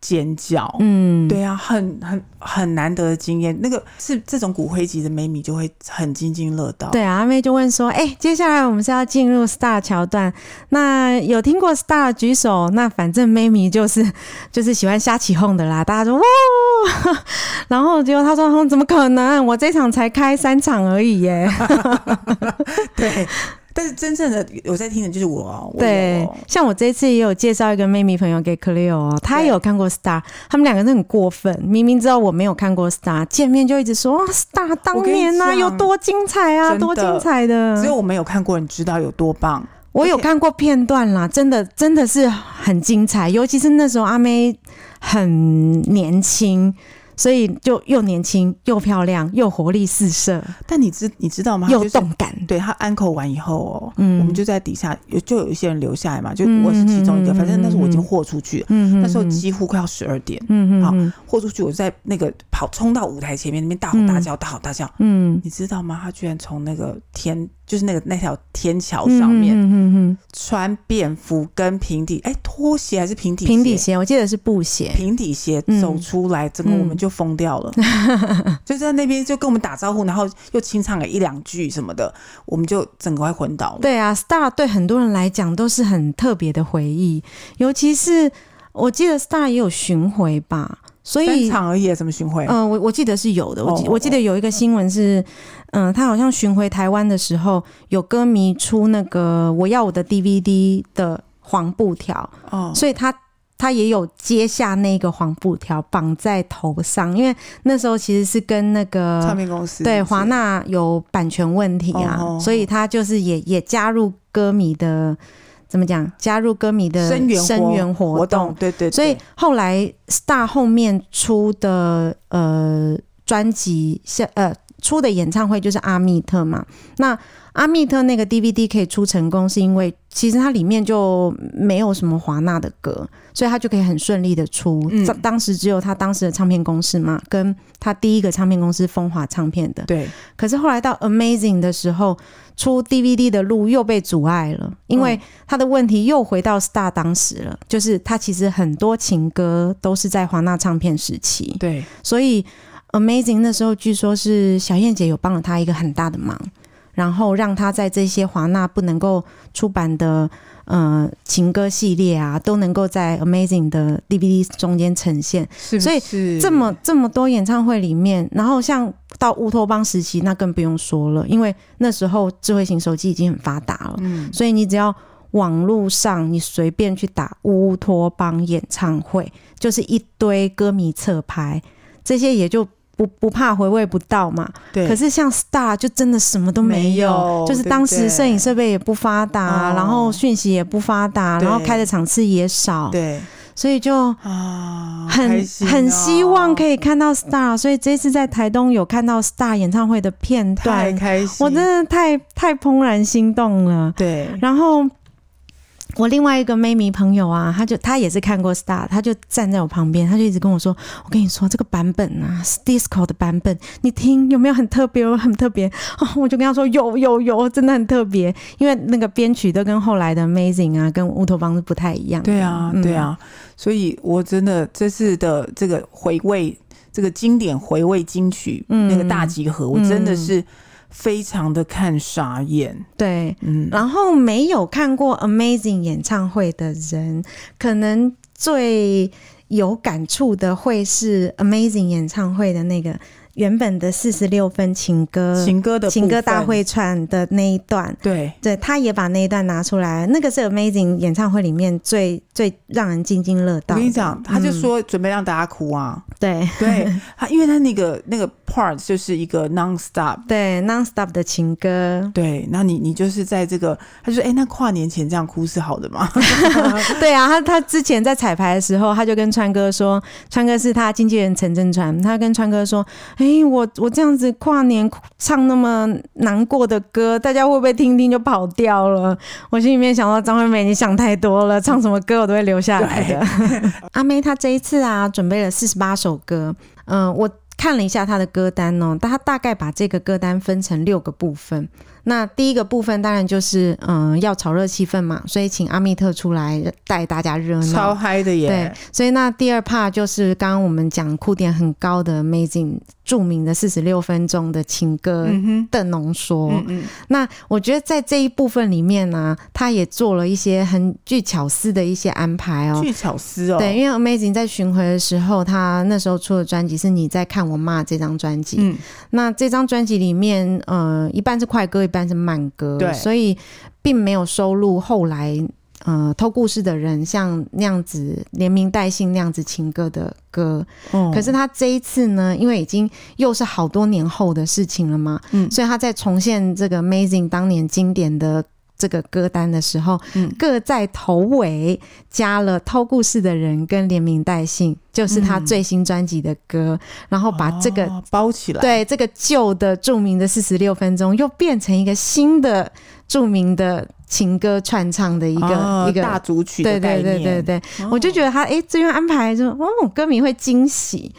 [SPEAKER 3] 尖叫，
[SPEAKER 2] 嗯，
[SPEAKER 3] 对啊，很很很难得的经验，那个是这种骨灰级的美女就会很津津乐道，
[SPEAKER 2] 对啊，阿妹就问说：“哎、接下来我们是要进入 Star 桥段，那有听过 Star 举手？那反正 m 咪就是就是喜欢瞎起哄的啦，大家说哇。 然后结果他说：哼怎么可能？我这场才开三场而已耶。
[SPEAKER 3] 对， 但是真正的有在听的就是我哦，我有
[SPEAKER 2] 对
[SPEAKER 3] 哦，
[SPEAKER 2] 像我这次也有介绍一个妹咪朋友给 Cleo 哦，她也
[SPEAKER 3] 对
[SPEAKER 2] 有看过 Star，他们两个人很过分，明明知道我没有看过 Star，见面就一直说、哦、Star 当
[SPEAKER 3] 我跟你
[SPEAKER 2] 年啊
[SPEAKER 3] 讲
[SPEAKER 2] 有多精彩啊，
[SPEAKER 3] 真的
[SPEAKER 2] 多精彩的。
[SPEAKER 3] 只有我没有看过，你知道有多棒。
[SPEAKER 2] 我有
[SPEAKER 3] 而且
[SPEAKER 2] 看过片段啦，真的真的是很精彩，尤其是那时候阿妹很年轻。所以就又年轻又漂亮又活力四射
[SPEAKER 3] 但你知你知道吗？他
[SPEAKER 2] 又
[SPEAKER 3] 就是
[SPEAKER 2] 动感，
[SPEAKER 3] 对他安口完以后哦，
[SPEAKER 2] 嗯
[SPEAKER 3] 我们就在底下有就有一些人留下来嘛，就
[SPEAKER 2] 嗯
[SPEAKER 3] 我是其中一个，
[SPEAKER 2] 嗯
[SPEAKER 3] 反正那时候我已经豁出去了，
[SPEAKER 2] 嗯
[SPEAKER 3] 那时候几乎快要十二点，
[SPEAKER 2] 嗯
[SPEAKER 3] 好
[SPEAKER 2] 嗯
[SPEAKER 3] 豁出去，我在那个跑冲到舞台前面那边大吼大叫大吼大叫，
[SPEAKER 2] 嗯，
[SPEAKER 3] 你知道吗？他居然从那个天就是那个那条天桥
[SPEAKER 2] 嗯
[SPEAKER 3] 上面
[SPEAKER 2] 嗯嗯
[SPEAKER 3] 穿便服跟平底哎拖鞋还是平底
[SPEAKER 2] 平底鞋，我记得是布鞋，
[SPEAKER 3] 平底鞋
[SPEAKER 2] 嗯
[SPEAKER 3] 走出来，整个我们就疯掉了， 就在那边就跟我们打招呼，然后又清唱了一两句什么的，我们就整个快昏倒了。
[SPEAKER 2] 对啊，Star 对很多人来讲都是很特别的回忆，尤其是我记得 Star 也有巡回吧，所
[SPEAKER 3] 三
[SPEAKER 2] 以
[SPEAKER 3] 场而已，什么巡回？
[SPEAKER 2] 嗯、我我记得是有的，我记
[SPEAKER 3] 哦
[SPEAKER 2] 我记得有一个新闻是，嗯、他好像巡回台湾的时候，有歌迷出那个我要我的 DVD 的黄布条，
[SPEAKER 3] 哦，
[SPEAKER 2] 所以他他也有接下那个黄布条绑在头上，因为那时候其实是跟那
[SPEAKER 3] 唱
[SPEAKER 2] 个
[SPEAKER 3] 片公司
[SPEAKER 2] 呃对
[SPEAKER 3] 是不是
[SPEAKER 2] 华纳有版权问题啊，
[SPEAKER 3] 哦哦哦
[SPEAKER 2] 所以他就是也也加入歌迷的怎么讲，加入歌迷的
[SPEAKER 3] 声援
[SPEAKER 2] 声援
[SPEAKER 3] 活
[SPEAKER 2] 活动，
[SPEAKER 3] 对对，对
[SPEAKER 2] 所以后来 Star 后面出的呃专辑是呃出的演唱会就是阿密特嘛。那阿密特那个 DVD 可以出成功，是因为其实它里面就没有什么华纳的歌，所以他就可以很顺利的出。
[SPEAKER 3] 嗯
[SPEAKER 2] 当当时只有他当时的唱片公司嘛，跟他第一个唱片公司风华唱片的。
[SPEAKER 3] 对，
[SPEAKER 2] 可是后来到 Amazing 的时候，出 DVD 的路又被阻碍了，因为他的问题又回到 Star 当时了，就是他其实很多情歌都是在华纳唱片时期，
[SPEAKER 3] 对，
[SPEAKER 2] 所以 Amazing 那时候据说是小燕姐有帮了他一个很大的忙，然后让他在这些华纳不能够出版的呃情歌系列啊，都能够在 Amazing 的 DVD 中间呈现。
[SPEAKER 3] 是不
[SPEAKER 2] 所以
[SPEAKER 3] 是
[SPEAKER 2] 这么这么多演唱会里面，然后像到乌托邦时期，那更不用说了，因为那时候智慧型手机已经很发达了，
[SPEAKER 3] 嗯
[SPEAKER 2] 所以你只要网络上你随便去打乌托邦演唱会，就是一堆歌迷侧拍，这些也就不不怕回味不到嘛。
[SPEAKER 3] 对，
[SPEAKER 2] 可是像 Star 就真的什么都没有，
[SPEAKER 3] 没有
[SPEAKER 2] 就是当时摄影设备也不发达，
[SPEAKER 3] 对不对
[SPEAKER 2] 然后讯息也不发达，
[SPEAKER 3] 对
[SPEAKER 2] 然后开的场次也少，
[SPEAKER 3] 对
[SPEAKER 2] 所以就
[SPEAKER 3] 啊，
[SPEAKER 2] 很、很希望可
[SPEAKER 3] 以
[SPEAKER 2] 以看到 Star，所以这次在台东有看到 Star 演唱会的片
[SPEAKER 3] 太
[SPEAKER 2] 段，
[SPEAKER 3] 开心，
[SPEAKER 2] 我真的太太怦然心动了。
[SPEAKER 3] 对
[SPEAKER 2] 然后我另外一个妹迷朋友啊，他就他也是看过 Star，他就站在我旁边，他就一直跟我说：“我跟你说这个版本啊是，disco 的版本，你听有没有很特别？很特别 哦！”我就跟他说：“有有有，真的很特别，因为那个编曲都跟后来的 Amazing 啊，跟乌托邦是不太一样。”
[SPEAKER 3] 对啊
[SPEAKER 2] 嗯
[SPEAKER 3] 对，啊，所以我真的这次的这个回味，这个经典回味金曲
[SPEAKER 2] 嗯
[SPEAKER 3] 那个大集合，我真的
[SPEAKER 2] 嗯
[SPEAKER 3] 是非常的看傻眼，
[SPEAKER 2] 对。
[SPEAKER 3] 嗯，
[SPEAKER 2] 然后没有看过 Amazing 演唱会的人，可能最有感触的会是 Amazing 演唱会的那个原本的四十六分情歌
[SPEAKER 3] 情歌的
[SPEAKER 2] 呃情歌
[SPEAKER 3] 部分
[SPEAKER 2] 大会串的那一段。
[SPEAKER 3] 对。
[SPEAKER 2] 对，他也把那一段拿出来，那个是 Amazing 演唱会里面最最让人津津乐
[SPEAKER 3] 我
[SPEAKER 2] 道的。
[SPEAKER 3] 跟你讲，他就
[SPEAKER 2] 嗯
[SPEAKER 3] 说准备让大家哭啊，
[SPEAKER 2] 对
[SPEAKER 3] 对他，因为他那个那个 part 就是一个 non stop，
[SPEAKER 2] 对，Non-stop 的情歌，
[SPEAKER 3] 对，那你你就是在这个，他就说，哎、那跨年前这样哭是好的吗？
[SPEAKER 2] 对啊，他他之前在彩排的时候，他就跟川哥说，川哥是他经纪人陈振川，他跟川哥说，哎、我我这样子跨年唱那么难过的歌，大家会不会听听就跑掉了？我心里面想到张惠妹，你想太多了，唱什么歌我都会留下来的。 阿妹她这一次啊，准备了四十八首歌，嗯、我。看了一下她的歌单哦，但她大概把这个歌单分成六个部分。那第一个部分当然就是，嗯、要炒热气氛嘛，所以请阿密特出来带大家热
[SPEAKER 3] 超
[SPEAKER 2] 闹。
[SPEAKER 3] 嗨的
[SPEAKER 2] 对
[SPEAKER 3] 耶！，
[SPEAKER 2] 所以那第二 part 就是刚刚我们讲哭点很高的 Amazing 著名的四十六分钟的情歌
[SPEAKER 3] 嗯
[SPEAKER 2] 的浓缩。
[SPEAKER 3] 哼，嗯嗯，
[SPEAKER 2] 那我觉得在这一部分里面呢、他也做了一些很具巧思的一些安排哦。
[SPEAKER 3] 去巧思哦，
[SPEAKER 2] 对，因为 Amazing 在巡回的时候，他那时候出的专辑是《你在看我妈》这张专辑。
[SPEAKER 3] 嗯，
[SPEAKER 2] 那这张专辑里面，呃，一半是快歌，一半是慢歌，
[SPEAKER 3] 对
[SPEAKER 2] 所以并没有收录后来呃偷故事的人像那样子连名带姓那样子情歌的歌。
[SPEAKER 3] 哦
[SPEAKER 2] 可是他这一次呢，因为已经又是好多年后的事情了嘛，
[SPEAKER 3] 嗯
[SPEAKER 2] 所以他在重现这个 Amazing 当年经典的。这个歌单的时候，
[SPEAKER 3] 嗯
[SPEAKER 2] 各在头尾加了偷故事的人跟连名带姓，就是他
[SPEAKER 3] 嗯
[SPEAKER 2] 最新专辑的歌，然后把这个
[SPEAKER 3] 哦包起来，
[SPEAKER 2] 对，这个旧的著名的四十六分钟，又变成一个新的著名的情歌串唱的一个、
[SPEAKER 3] 哦
[SPEAKER 2] 一个
[SPEAKER 3] 大组曲
[SPEAKER 2] 对
[SPEAKER 3] 的概
[SPEAKER 2] 对
[SPEAKER 3] 念，
[SPEAKER 2] 对对对，
[SPEAKER 3] 哦
[SPEAKER 2] 我就觉得他诶，这边安排就哦，歌迷会惊喜。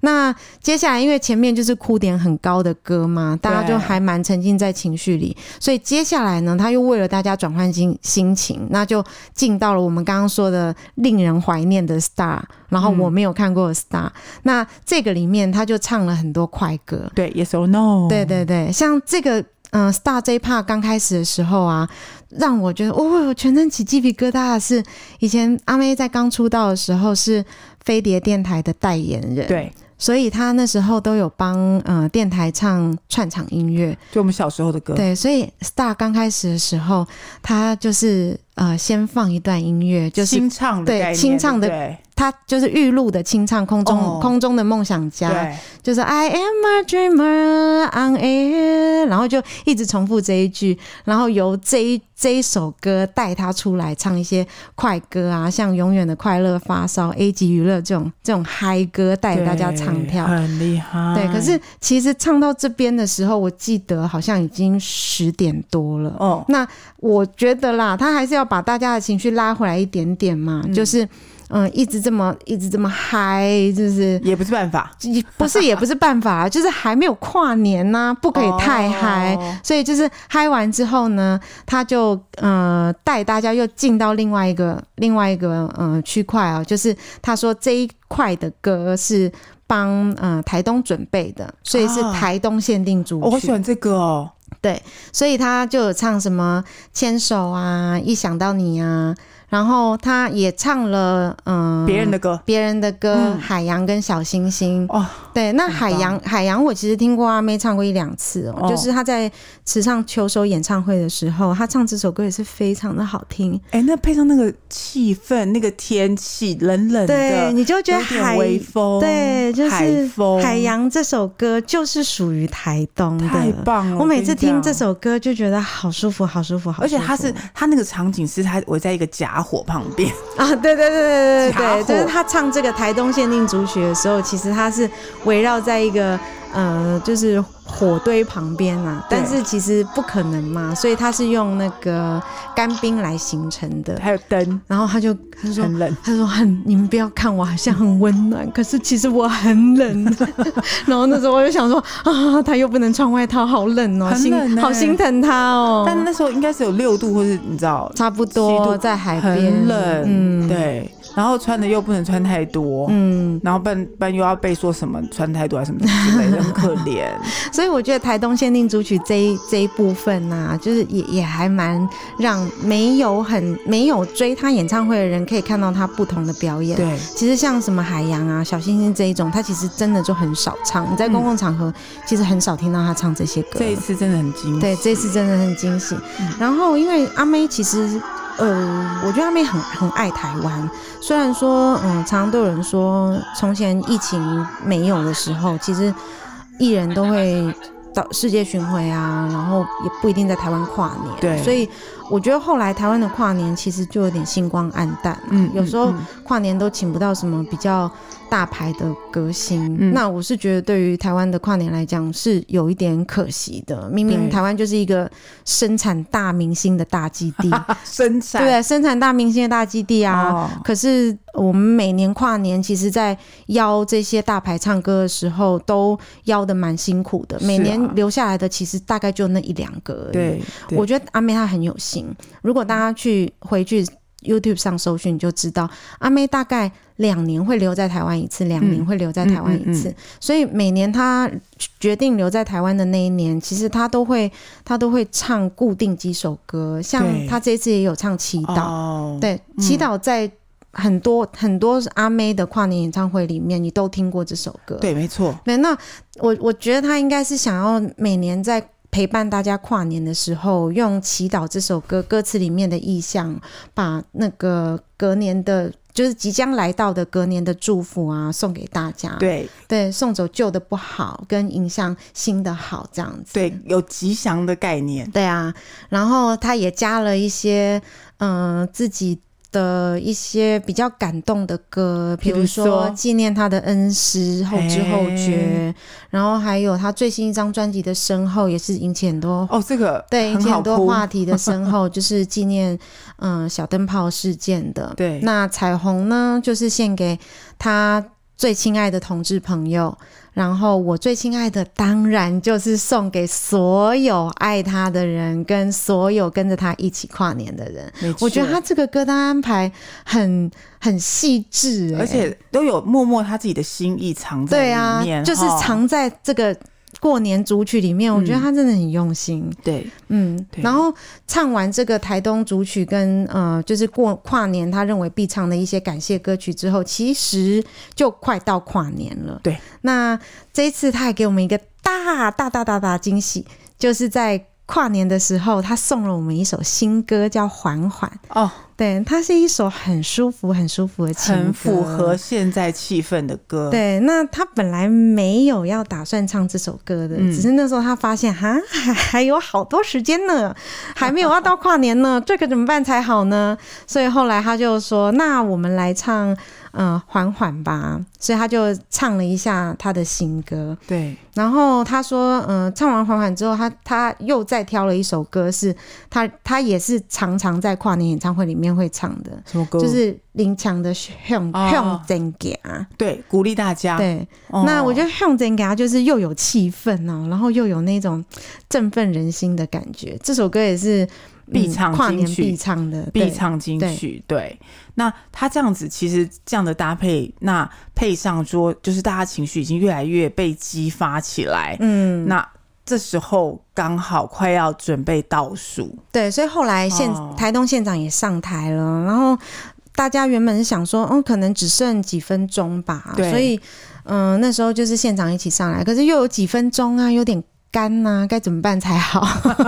[SPEAKER 2] 那接下来，因为前面就是哭点很高的歌嘛，大家就
[SPEAKER 3] 对
[SPEAKER 2] 还蛮沉浸在情绪里，所以接下来呢，他又为了大家转换心心情，那就进到了我们刚刚说的令人怀念的 Star，然后我没有看过的 Star，、那这个里面他就唱了很多快歌，
[SPEAKER 3] 对 yes or no，
[SPEAKER 2] 对对对，像这个嗯、s t a r 这一 part 刚开始的时候啊，让我觉得哦，我全身起鸡皮疙瘩的是，以前阿妹在刚出道的时候是飞碟电台的代言人，，
[SPEAKER 3] 对，
[SPEAKER 2] 所以她那时候都有帮呃电台唱串场音乐，
[SPEAKER 3] 就我们小时候的歌，
[SPEAKER 2] 对，所以 Star 刚开始的时候，她就是呃先放一段音乐，就是
[SPEAKER 3] 清唱的
[SPEAKER 2] 对
[SPEAKER 3] 概念，
[SPEAKER 2] 清唱的
[SPEAKER 3] 对
[SPEAKER 2] 她就是预录的清唱空中、
[SPEAKER 3] 哦
[SPEAKER 2] 空中的梦想
[SPEAKER 3] 不对
[SPEAKER 2] 家，就是 I am a dreamer on air，然后就一直重复这一句，然后由这一这一首歌带他出来唱一些快歌啊，像《永远的快乐发烧》A 级娱乐这种这种嗨歌
[SPEAKER 3] 哎
[SPEAKER 2] 带大家唱跳
[SPEAKER 3] 对。很厉害。
[SPEAKER 2] 对，可是其实唱到这边的时候，我记得好像已经十点多了。
[SPEAKER 3] 哦，
[SPEAKER 2] 那我觉得啦，他还是要把大家的情绪拉回来一点点嘛，就是嗯，一直这么一直这么嗨，就是
[SPEAKER 3] 也不是办法，
[SPEAKER 2] 也不是也不是办法啊，就是还没有跨年呐、不可以太嗨。
[SPEAKER 3] 哦
[SPEAKER 2] 所以就是嗨完之后呢，他就呃带大家又进到另外一个另外一个呃区块啊，就是他说这一块的歌是帮呃台东准备的，所以是
[SPEAKER 3] 啊
[SPEAKER 2] 台东限定主
[SPEAKER 3] 哦我
[SPEAKER 2] 曲，
[SPEAKER 3] 喜欢这个哦，
[SPEAKER 2] 所以他就有唱什么牵手啊，一想到你啊，然后他也唱了嗯、呃
[SPEAKER 3] 别人的歌
[SPEAKER 2] 别人的歌《
[SPEAKER 3] 嗯
[SPEAKER 2] 海洋》跟《小星星》
[SPEAKER 3] 哦，
[SPEAKER 2] 对，那
[SPEAKER 3] 很
[SPEAKER 2] 海洋海洋，我其实听过阿妹唱过一两次、哦，
[SPEAKER 3] 哦
[SPEAKER 2] 就是她在池上秋收演唱会的时候，她唱这首歌也是非常的好听。
[SPEAKER 3] 哎，那配上那个气氛，那个天气冷冷
[SPEAKER 2] 对，
[SPEAKER 3] 的，
[SPEAKER 2] 你就觉得
[SPEAKER 3] 有点
[SPEAKER 2] 海
[SPEAKER 3] 微风，
[SPEAKER 2] 对就是
[SPEAKER 3] 海风，
[SPEAKER 2] 海洋这首歌就是属于台东
[SPEAKER 3] 嗯太
[SPEAKER 2] 的。
[SPEAKER 3] 棒了！
[SPEAKER 2] 我每次
[SPEAKER 3] 跟你
[SPEAKER 2] 听
[SPEAKER 3] 讲
[SPEAKER 2] 这，首歌就觉得好舒服，好舒服，好
[SPEAKER 3] 而
[SPEAKER 2] 舒服。
[SPEAKER 3] 且它是它那个场景是它围在一个假火旁边，
[SPEAKER 2] 啊，对对对对
[SPEAKER 3] 假
[SPEAKER 2] 对对，
[SPEAKER 3] 货
[SPEAKER 2] 就是他唱这个台东限定主曲的时候，其实他是围绕在一个呃，就是火堆旁边啊，
[SPEAKER 3] 对
[SPEAKER 2] 但是其实不可能嘛，所以他是用那个干冰来形成的。
[SPEAKER 3] 还有灯，
[SPEAKER 2] 然后他就他就说
[SPEAKER 3] 很冷。
[SPEAKER 2] 他说很，你们不要看我好像很温暖，可是其实我很冷。 然后那时候我就想说啊，他又不能穿外套，好冷哦，
[SPEAKER 3] 很
[SPEAKER 2] 心
[SPEAKER 3] 冷欸
[SPEAKER 2] 好心疼他哦。
[SPEAKER 3] 但那时候应该是有六度，或是你知道，
[SPEAKER 2] 差不
[SPEAKER 3] 七
[SPEAKER 2] 多
[SPEAKER 3] 度
[SPEAKER 2] 在海边，
[SPEAKER 3] 很冷，
[SPEAKER 2] 嗯，，
[SPEAKER 3] 对。然后穿的又不能穿太多，
[SPEAKER 2] 嗯。
[SPEAKER 3] 然后不然不然又要被说什么穿太多啊什么之类的，很可怜。
[SPEAKER 2] 所以我觉得台东限定组曲这一这一部分呐、就是也也还蛮让没有很没有追他演唱会的人可以看到他不同的表演。
[SPEAKER 3] 对，
[SPEAKER 2] 其实像什么海洋啊、小星星这一种，他其实真的就很少唱。你在公共场合、其实很少听到他唱这些歌。
[SPEAKER 3] 这一次真的很惊
[SPEAKER 2] 对，这次真的很惊喜。
[SPEAKER 3] 嗯
[SPEAKER 2] 然后因为阿妹其实，呃，我觉得阿妹很很爱台湾。虽然说，嗯，常常都有人说，从前疫情没有的时候，其实艺人都会到世界巡回啊，然后也不一定在台湾跨年。
[SPEAKER 3] 对
[SPEAKER 2] 所以我觉得后来台湾的跨年其实就有点星光暗淡。
[SPEAKER 3] 嗯
[SPEAKER 2] 有时候
[SPEAKER 3] 嗯
[SPEAKER 2] 跨年都请不到什么比较大牌的歌星，
[SPEAKER 3] 嗯
[SPEAKER 2] 那我是觉得对于台湾的跨年来讲是有一点可惜的。明明
[SPEAKER 3] 对
[SPEAKER 2] 台湾就是一个生产大明星的大基 地，
[SPEAKER 3] 嗯生产
[SPEAKER 2] 对，生产大明星的大基地啊。
[SPEAKER 3] 哦
[SPEAKER 2] 可是我们每年跨年，其实，在邀这些大牌唱歌的时候，都邀的蛮辛苦的。
[SPEAKER 3] 是啊
[SPEAKER 2] 每年留下来的，其实大概就那一两个而已。
[SPEAKER 3] 对，对
[SPEAKER 2] 我觉得阿妹她很有心。如果大家去回去 YouTube 上搜寻，你就知道阿妹大概两年会留在台湾一次，两年会留在台湾一次。
[SPEAKER 3] 嗯
[SPEAKER 2] 所以每年她决定留在台湾的那一年，其实她都会她都会唱固定几首歌，像
[SPEAKER 3] 对
[SPEAKER 2] 她这次也有唱祈祷，
[SPEAKER 3] 哦，
[SPEAKER 2] 对，祈祷在。很多很多阿妹的跨年演唱会里面，你都听过这首歌。
[SPEAKER 3] 对，没错，
[SPEAKER 2] 对，那我我觉得他应该是想要每年在陪伴大家跨年的时候，用《祈祷》这首歌歌词里面的意象，把那个隔年的，就是即将来到的隔年的祝福啊，送给大家。
[SPEAKER 3] 对
[SPEAKER 2] 对送走旧的不好，跟迎向新的好，这样子。
[SPEAKER 3] 对，有吉祥的概念，
[SPEAKER 2] 对啊，然后他也加了一些嗯、呃自己的一些比较感动的歌，比
[SPEAKER 3] 比如
[SPEAKER 2] 如说
[SPEAKER 3] 说哎
[SPEAKER 2] 纪念他的恩师后知后觉，然后还有他最新一张专辑的身后也是引起很多。
[SPEAKER 3] 哦，这个
[SPEAKER 2] 对，引
[SPEAKER 3] 很
[SPEAKER 2] 起
[SPEAKER 3] 好
[SPEAKER 2] 很多
[SPEAKER 3] 哭，
[SPEAKER 2] 话题的身 后就是纪念，嗯、小灯泡事件的。
[SPEAKER 3] 对
[SPEAKER 2] 那彩虹呢，就是献给他最亲爱的同志朋友，然后我最亲爱的当然就是送给所有爱他的人，跟所有跟着他一起跨年的人。
[SPEAKER 3] 没
[SPEAKER 2] 我觉得
[SPEAKER 3] 错
[SPEAKER 2] 他这个歌单安排很很细致、欸
[SPEAKER 3] 而且都有默默他自己的心意藏在
[SPEAKER 2] 对啊
[SPEAKER 3] 里面，，
[SPEAKER 2] 就是
[SPEAKER 3] 哈嗯
[SPEAKER 2] 藏在这个过年组曲里面，我觉得他真的很用心。
[SPEAKER 3] 对，
[SPEAKER 2] 嗯，
[SPEAKER 3] 对
[SPEAKER 2] 然后唱完这个台东组曲跟呃，就是过跨年他认为必唱的一些感谢歌曲之后，其实就快到跨年了。
[SPEAKER 3] 对，
[SPEAKER 2] 那这一次他还给我们一个大大大大大惊喜，就是在跨年的时候，他送了我们一首新歌，叫《缓缓》。
[SPEAKER 3] 哦，
[SPEAKER 2] 对，它是一首很舒服、很舒服的情歌，
[SPEAKER 3] 很符合现在气氛的歌。，
[SPEAKER 2] 对，那他本来没有要打算唱这首歌的，
[SPEAKER 3] 嗯
[SPEAKER 2] 只是那时候他发现哈 还还有好多时间呢，还没有要到跨年呢， 这个怎么办才好呢？所以后来他就说，那我们来唱呃缓缓吧，所以他就唱了一下他的新歌，
[SPEAKER 3] 对，
[SPEAKER 2] 然后他说，嗯、唱完缓缓之后，他他又再挑了一首歌，是他他也是常常在跨年演唱会里面会唱的，
[SPEAKER 3] 什么歌？
[SPEAKER 2] 就是林强的向
[SPEAKER 3] 哦
[SPEAKER 2] 向前行，
[SPEAKER 3] 对，鼓励大家。
[SPEAKER 2] 对。
[SPEAKER 3] 哦，
[SPEAKER 2] 那我觉得向真给他就是又有气氛呢、然后又有那种振奋人心的感觉。这首歌也是嗯
[SPEAKER 3] 必唱
[SPEAKER 2] 跨年
[SPEAKER 3] 金曲
[SPEAKER 2] 必唱的，对
[SPEAKER 3] 必唱金
[SPEAKER 2] 对
[SPEAKER 3] 曲，对。那他这样子，其实这样的搭配，那配上说，就是大家情绪已经越来越被激发起来。
[SPEAKER 2] 嗯，
[SPEAKER 3] 那这时候刚好快要准备倒数，
[SPEAKER 2] 对。所以后来现、
[SPEAKER 3] 哦
[SPEAKER 2] 台东县长也上台了，然后大家原本是想说，嗯，可能只剩几分钟吧，
[SPEAKER 3] 对
[SPEAKER 2] 所以嗯、那时候就是县长一起上来，可是又有几分钟啊，有点。干呐、该怎么办才好？
[SPEAKER 3] 欸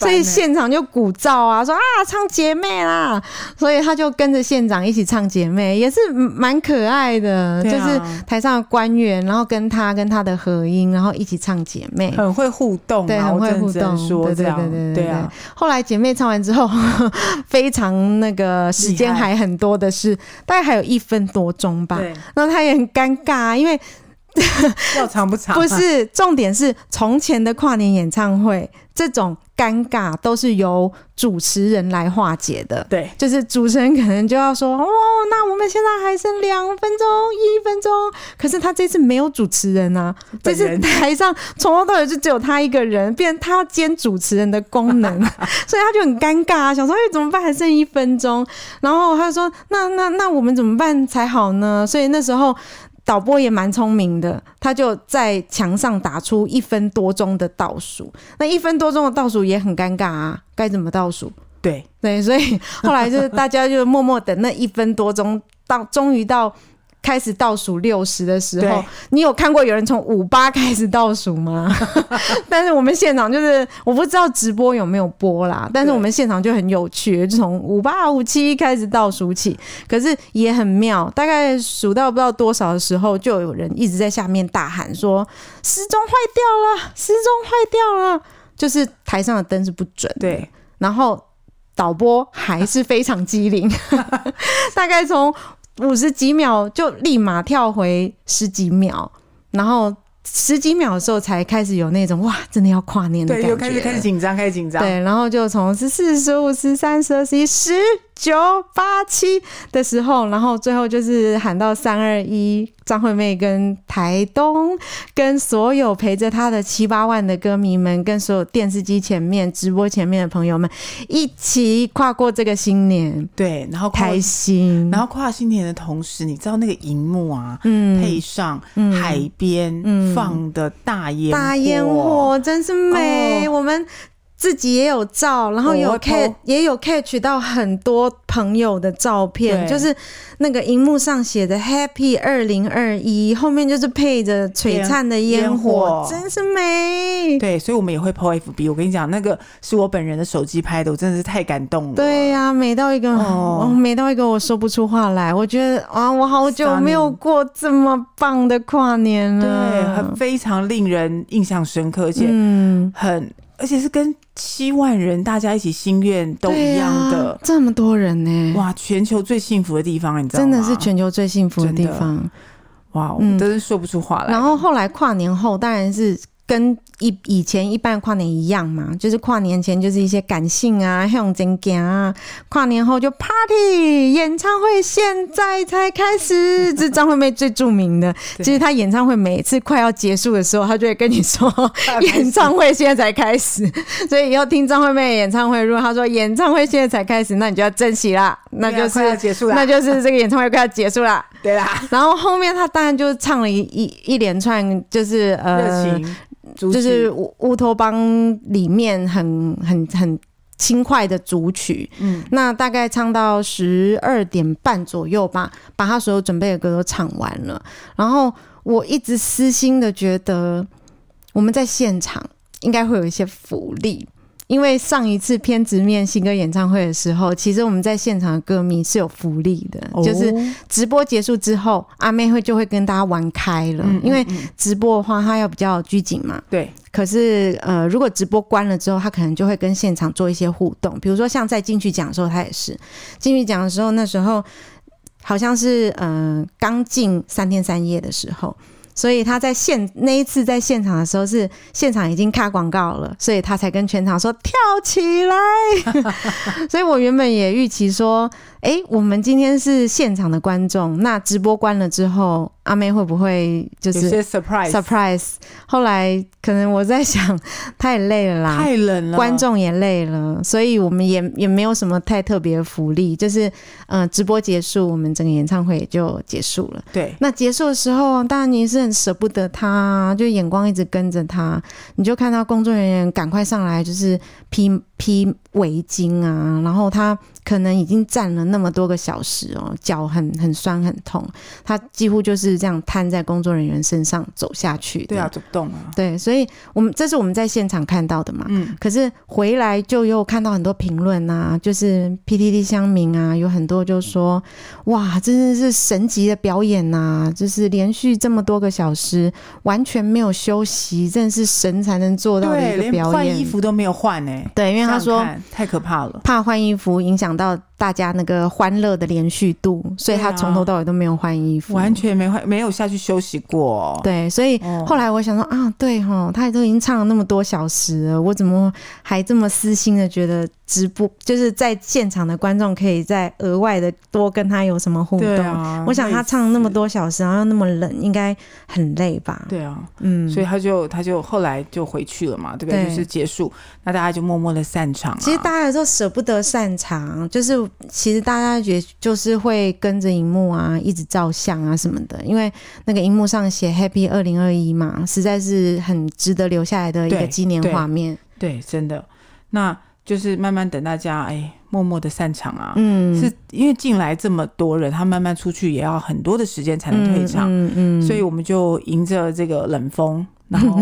[SPEAKER 2] 所以现场就鼓噪啊，说啊唱姐妹啦，所以他就跟着县长一起唱姐妹，也是蛮可爱的，
[SPEAKER 3] 对
[SPEAKER 2] 呃就
[SPEAKER 3] 啊
[SPEAKER 2] 是台上的官员，然后跟他跟他的合音，然后一起唱姐妹。
[SPEAKER 3] 很会互动、啊，
[SPEAKER 2] 对很会
[SPEAKER 3] 我
[SPEAKER 2] 互
[SPEAKER 3] 只能
[SPEAKER 2] 动
[SPEAKER 3] 说
[SPEAKER 2] 对对
[SPEAKER 3] 这样，
[SPEAKER 2] 对对对对
[SPEAKER 3] 啊，
[SPEAKER 2] 后来姐妹唱完之后， 非常那个时间
[SPEAKER 3] 厉害
[SPEAKER 2] 还很多的是，大概还有一分多钟吧。
[SPEAKER 3] 对，
[SPEAKER 2] 然后他也很尴尬，啊因为
[SPEAKER 3] 要长不长、啊？
[SPEAKER 2] 不是重点是从前的跨年演唱会，这种尴尬都是由主持人来化解的。
[SPEAKER 3] 对，
[SPEAKER 2] 就是主持人可能就要说哦，那我们现在还剩两分钟、一分钟，可是他这次没有主持人啊，这
[SPEAKER 3] 本
[SPEAKER 2] 次
[SPEAKER 3] 人
[SPEAKER 2] 台上从头到尾就只有他一个人，变成他要兼主持人的功 能，所以他就很尴尬、啊，想说哎怎么办，还剩一分钟，然后他就说那那那我们怎么办才好呢？所以那时候。导播也蛮聪明的，他就在墙上打出一分多钟的倒数。那一分多钟的倒数也很尴尬啊，该怎么倒数？
[SPEAKER 3] 对，
[SPEAKER 2] 对，所以后来就是大家就默默等那一分多钟，到终于到开始倒数六十的时候
[SPEAKER 3] 对，
[SPEAKER 2] 你有看过有人从五八开始倒数 吗？但是我们现场就是我不知道直播有没有播啦，但是
[SPEAKER 3] 对
[SPEAKER 2] 我们现场就很有趣，就从五八五七开始倒数起，可是也很妙，大概数到不知道多少的时候，就有人一直在下面大喊说时钟坏掉了，时钟坏掉了，就是台上的灯是不准的。
[SPEAKER 3] 对，
[SPEAKER 2] 然后导播还是非常机灵， 大概从五十几秒就立马跳回十几秒，然后十几秒的时候才开始有那种哇，真的要跨年的感
[SPEAKER 3] 对，
[SPEAKER 2] 觉
[SPEAKER 3] 又
[SPEAKER 2] 了。
[SPEAKER 3] 开始开始紧张，开始紧张，
[SPEAKER 2] 对，然后就从十四、十五、十三、十二、十一、十九、八、七的时候，然后最后就是喊到三二一，张惠妹跟台东，跟所有陪着她的七八万的歌迷们，跟所有电视机前面、直播前面的朋友们，一起跨过这个新年，
[SPEAKER 3] 对，然后跨
[SPEAKER 2] 开心。
[SPEAKER 3] 然
[SPEAKER 2] 后，
[SPEAKER 3] 后跨新年的同时，你知道那个荧幕啊，
[SPEAKER 2] 嗯，
[SPEAKER 3] 配上
[SPEAKER 2] 嗯
[SPEAKER 3] 海边
[SPEAKER 2] 嗯
[SPEAKER 3] 放的大烟哦
[SPEAKER 2] 大烟火真是美，我们。自己也有照，然后
[SPEAKER 3] 我
[SPEAKER 2] 有
[SPEAKER 3] 会
[SPEAKER 2] catch
[SPEAKER 3] 偷
[SPEAKER 2] 也有 catch 到很多朋友的照片，
[SPEAKER 3] 对
[SPEAKER 2] 就是那个荧幕上写的 Happy 二零二一，后面就是配着璀璨的
[SPEAKER 3] 烟
[SPEAKER 2] 烟火
[SPEAKER 3] 火，
[SPEAKER 2] 真是美。
[SPEAKER 3] 对，所以我们也会 PO FB。我跟你讲，那个是我本人的手机拍的，我真的是太感动了。
[SPEAKER 2] 对呀、美到一个，
[SPEAKER 3] 哦
[SPEAKER 2] 哦，美到一个我说不出话来。我觉得啊，我好久
[SPEAKER 3] Stunning
[SPEAKER 2] 没有过这么棒的跨年
[SPEAKER 3] 对，
[SPEAKER 2] 了
[SPEAKER 3] 很。非常令人印象深刻，而且
[SPEAKER 2] 嗯，
[SPEAKER 3] 很，而且是跟七万人大家一起心愿都
[SPEAKER 2] 对
[SPEAKER 3] 一样
[SPEAKER 2] 啊
[SPEAKER 3] 的，
[SPEAKER 2] 这么多人呢、
[SPEAKER 3] 哇，全球最幸福的地方，你知道
[SPEAKER 2] 真
[SPEAKER 3] 吗？
[SPEAKER 2] 的是全球最幸福的地
[SPEAKER 3] 真的
[SPEAKER 2] 方。
[SPEAKER 3] 哇，我哦
[SPEAKER 2] 嗯
[SPEAKER 3] 真是说不出话来。
[SPEAKER 2] 然后后来跨年后，当然是跟以以前一般跨年一样嘛，就是跨年前就是一些感性啊、向前行啊，跨年后就 party 演唱会，现在才开始，这是张惠妹最著名的。
[SPEAKER 3] 对
[SPEAKER 2] 其实她演唱会每次快要结束的时候，她就会跟你 说演唱会现在才开始，所以以后听张惠妹的演唱会，如果她说演唱会现在才开始，那你就要珍惜啦，那
[SPEAKER 3] 对啊
[SPEAKER 2] 就
[SPEAKER 3] 快要
[SPEAKER 2] 是。
[SPEAKER 3] 结束了，
[SPEAKER 2] 那就是这个演唱会快要结束啦，
[SPEAKER 3] 对啦，
[SPEAKER 2] 然后后面他当然就唱了一一一连串，就是
[SPEAKER 3] 热
[SPEAKER 2] 呃
[SPEAKER 3] 情主
[SPEAKER 2] 就是乌乌托邦里面很很很轻快的组曲，
[SPEAKER 3] 嗯，
[SPEAKER 2] 那大概唱到十二点半左右吧，把他所有准备的歌都唱完了。然后我一直私心的觉得，我们在现场应该会有一些福利。因为上一次偏执面新歌演唱会的时候，其实我们在现场的歌迷是有福利的，就是
[SPEAKER 3] 哦
[SPEAKER 2] 直播结束之后，阿妹会就会跟大家玩开了，
[SPEAKER 3] 嗯嗯
[SPEAKER 2] 因为直播的话，它要比较拘谨嘛。
[SPEAKER 3] 对，
[SPEAKER 2] 可是呃，如果直播关了之后，它可能就会跟现场做一些互动，比如说像在进去讲的时候，它也是进去讲的时候，那时候好像是呃刚进三天三夜的时候。所以他在现那一次在现场的时候是现场已经卡广告了，所以他才跟全场说跳起来。所以我原本也预期说，诶，我们今天是现场的观众，那直播关了之后，阿妹会不会就
[SPEAKER 3] 有
[SPEAKER 2] 是
[SPEAKER 3] 些 surprise，
[SPEAKER 2] surprise。后来可能我在想，太累了啦，
[SPEAKER 3] 太冷
[SPEAKER 2] 啊
[SPEAKER 3] 了，
[SPEAKER 2] 观众也累了，所以我们也也没有什么太特别的福利，就是嗯、呃直播结束，我们整个演唱会也就结束了。
[SPEAKER 3] 对
[SPEAKER 2] 那结束的时候，当然你是很舍不得他，就眼光一直跟着他，你就看到工作人员赶快上来，就是披披围巾啊，然后他可能已经站了那么多个小时哦，脚很很酸很痛，他几乎就是这样瘫在工作人员身上走下去的。
[SPEAKER 3] 对啊，走不动啊，
[SPEAKER 2] 对，所以我们这是我们在现场看到的嘛。
[SPEAKER 3] 嗯，
[SPEAKER 2] 可是回来就又看到很多评论啊，就是 PTT 乡民啊，有很多就说哇，真的是神级的表演呐、就是连续这么多个小时完全没有休息，真的是神才能做到的
[SPEAKER 3] 嗯对，
[SPEAKER 2] 一个
[SPEAKER 3] 连
[SPEAKER 2] 表
[SPEAKER 3] 换
[SPEAKER 2] 演。
[SPEAKER 3] 衣服都没有换呢。
[SPEAKER 2] 对，因为他说
[SPEAKER 3] 想想看太可怕了，
[SPEAKER 2] 怕换衣服影响到大家那个欢乐的连续度，所以他
[SPEAKER 3] 对啊
[SPEAKER 2] 从头到尾都没有换衣服，
[SPEAKER 3] 完全没换，没有下去休息过。
[SPEAKER 2] 对，所以
[SPEAKER 3] 哦
[SPEAKER 2] 后来我想说啊，对哈，他都已经唱了那么多小时了，我怎么还这么私心的觉得直播就是在现场的观众可以再额外的多跟他有什么互
[SPEAKER 3] 对
[SPEAKER 2] 动？
[SPEAKER 3] 啊，
[SPEAKER 2] 我想他唱那么多小时，然后又那么冷，应该很累吧？
[SPEAKER 3] 对啊，
[SPEAKER 2] 嗯，
[SPEAKER 3] 所以他就他就后来就回去了嘛，对不对？
[SPEAKER 2] 对
[SPEAKER 3] 就是结束，那大家就默默的散场啊。
[SPEAKER 2] 其实大家有时候舍不得散场，就是其实大家也就是会跟着荧幕啊，一直照相啊什么的，因为那个荧幕上写 Happy 二零二一嘛，实在是很值得留下来的一个
[SPEAKER 3] 对
[SPEAKER 2] 纪念
[SPEAKER 3] 对
[SPEAKER 2] 画面。
[SPEAKER 3] 对，真的，那就是慢慢等大家哎，默默的散场啊。
[SPEAKER 2] 嗯，
[SPEAKER 3] 是因为进来这么多人，他慢慢出去也要很多的时间才能退场，
[SPEAKER 2] 嗯嗯嗯
[SPEAKER 3] 所以我们就迎着这个冷风，然后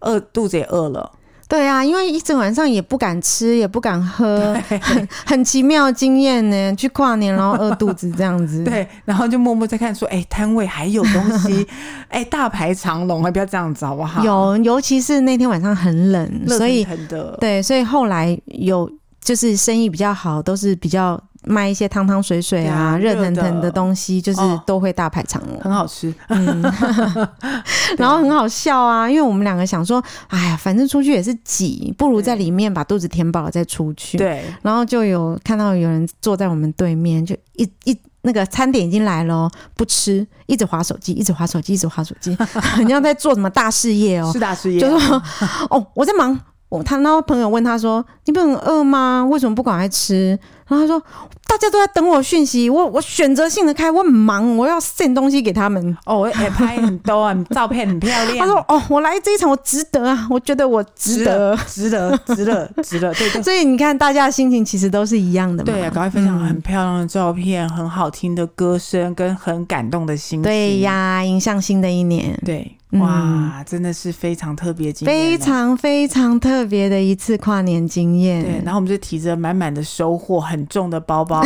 [SPEAKER 3] 饿肚子也饿了，
[SPEAKER 2] 对啊，因为一整晚上也不敢吃，也不敢喝，很 很奇妙的经验呢。去跨年然后饿肚子这样子，
[SPEAKER 3] 对，然后就默默在看说，哎、摊位还有东 西，哎、大排长龙，还哎不要这样子好不好？
[SPEAKER 2] 有，尤其是那天晚上很冷，
[SPEAKER 3] 热
[SPEAKER 2] 所以
[SPEAKER 3] 腾腾的，
[SPEAKER 2] 对，所以后来有就是生意比较好，都是比较卖一些汤汤水水啊、
[SPEAKER 3] 对啊
[SPEAKER 2] 热腾腾
[SPEAKER 3] 热
[SPEAKER 2] 的
[SPEAKER 3] 的
[SPEAKER 2] 东西，就是
[SPEAKER 3] 哦啊
[SPEAKER 2] 都会大排长 龙。
[SPEAKER 3] 很好吃，
[SPEAKER 2] 嗯，然后很好笑啊，因为我们两个想说，哎呀，反正出去也是挤，不如在里面把肚子填饱了再出去。
[SPEAKER 3] 对，
[SPEAKER 2] 然后就有看到有人坐在我们对面，就一一那个餐点已经来了哦，不吃，一直划手机，一直划手机，一直划手机， 很像在做什么大事业哦。
[SPEAKER 3] 是大师爷，
[SPEAKER 2] 就说哦，我在忙。我他然后朋友问他说：“你不是很饿吗？为什么不赶快吃？”然后他说：“大家都在等我讯息，我我选择性的开，我很忙，我要送东西给他们。”
[SPEAKER 3] 哦，我也拍很多啊，照片很漂亮，
[SPEAKER 2] 他说：“哦，我来这一场，我值得啊，我觉得我值得。
[SPEAKER 3] 值得，值得，值得，对对”
[SPEAKER 2] 所以你看，大家的心情其实都是一样的嘛。
[SPEAKER 3] 对啊，赶快分享
[SPEAKER 2] 嗯
[SPEAKER 3] 很漂亮的照片，很好听的歌声，跟很感动的心情，
[SPEAKER 2] 对呀，迎向新的一年。
[SPEAKER 3] 对，
[SPEAKER 2] 嗯
[SPEAKER 3] 哇，真的是非常特别经验啊
[SPEAKER 2] 非
[SPEAKER 3] 呢。
[SPEAKER 2] 常非常特别的一次跨年经
[SPEAKER 3] 对，
[SPEAKER 2] 验，
[SPEAKER 3] 然后我们就提着满满的收获，很重的包 包，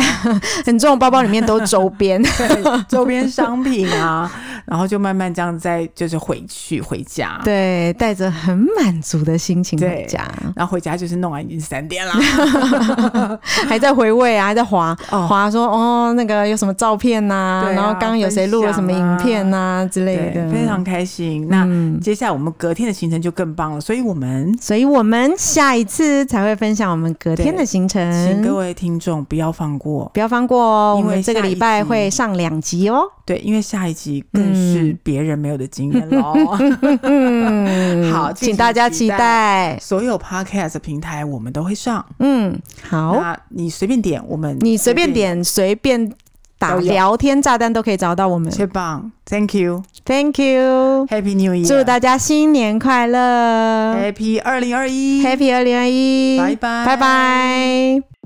[SPEAKER 2] 很重的包包里面都是周 边，
[SPEAKER 3] 对周边商品啊，然后就慢慢这样再就是回去回家。，
[SPEAKER 2] 对，带着很满足的心情回
[SPEAKER 3] 对
[SPEAKER 2] 家，
[SPEAKER 3] 然后回家就是弄完已经三点了。
[SPEAKER 2] 还在回味啊，还在划
[SPEAKER 3] 哦，
[SPEAKER 2] 划说哦，那个有什么照片呐、
[SPEAKER 3] 对啊啊
[SPEAKER 2] 然后刚刚有谁录了什么影片呐、之类
[SPEAKER 3] 对
[SPEAKER 2] 的，，
[SPEAKER 3] 非常开心。那、
[SPEAKER 2] 嗯
[SPEAKER 3] 接下来我们隔天的行程就更棒了，所以我们
[SPEAKER 2] 所以我们下一次才会分享我们隔天的行
[SPEAKER 3] 请各
[SPEAKER 2] 程，
[SPEAKER 3] 位听众不要放过。
[SPEAKER 2] 不要放过哦。我
[SPEAKER 3] 因为
[SPEAKER 2] 们这个礼拜
[SPEAKER 3] 下一集
[SPEAKER 2] 会上两集 哦。
[SPEAKER 3] 对，因为下一集更是别人没有的经验喽。
[SPEAKER 2] 嗯，
[SPEAKER 3] 好敬
[SPEAKER 2] 请
[SPEAKER 3] 请
[SPEAKER 2] 大家期
[SPEAKER 3] 期待
[SPEAKER 2] 待。
[SPEAKER 3] 所有 podcast 的平台我们都会上，
[SPEAKER 2] 嗯，好。
[SPEAKER 3] 那你随便点，我们
[SPEAKER 2] 你随便点，随便打
[SPEAKER 3] 都有
[SPEAKER 2] 聊天炸弹都可以找到我们。
[SPEAKER 3] 最棒，Thank you，Happy
[SPEAKER 2] Thank you，
[SPEAKER 3] New Year，
[SPEAKER 2] 祝大家新年快乐
[SPEAKER 3] Happy 二零二一
[SPEAKER 2] ，Happy 二零二一，
[SPEAKER 3] 拜拜
[SPEAKER 2] 拜拜。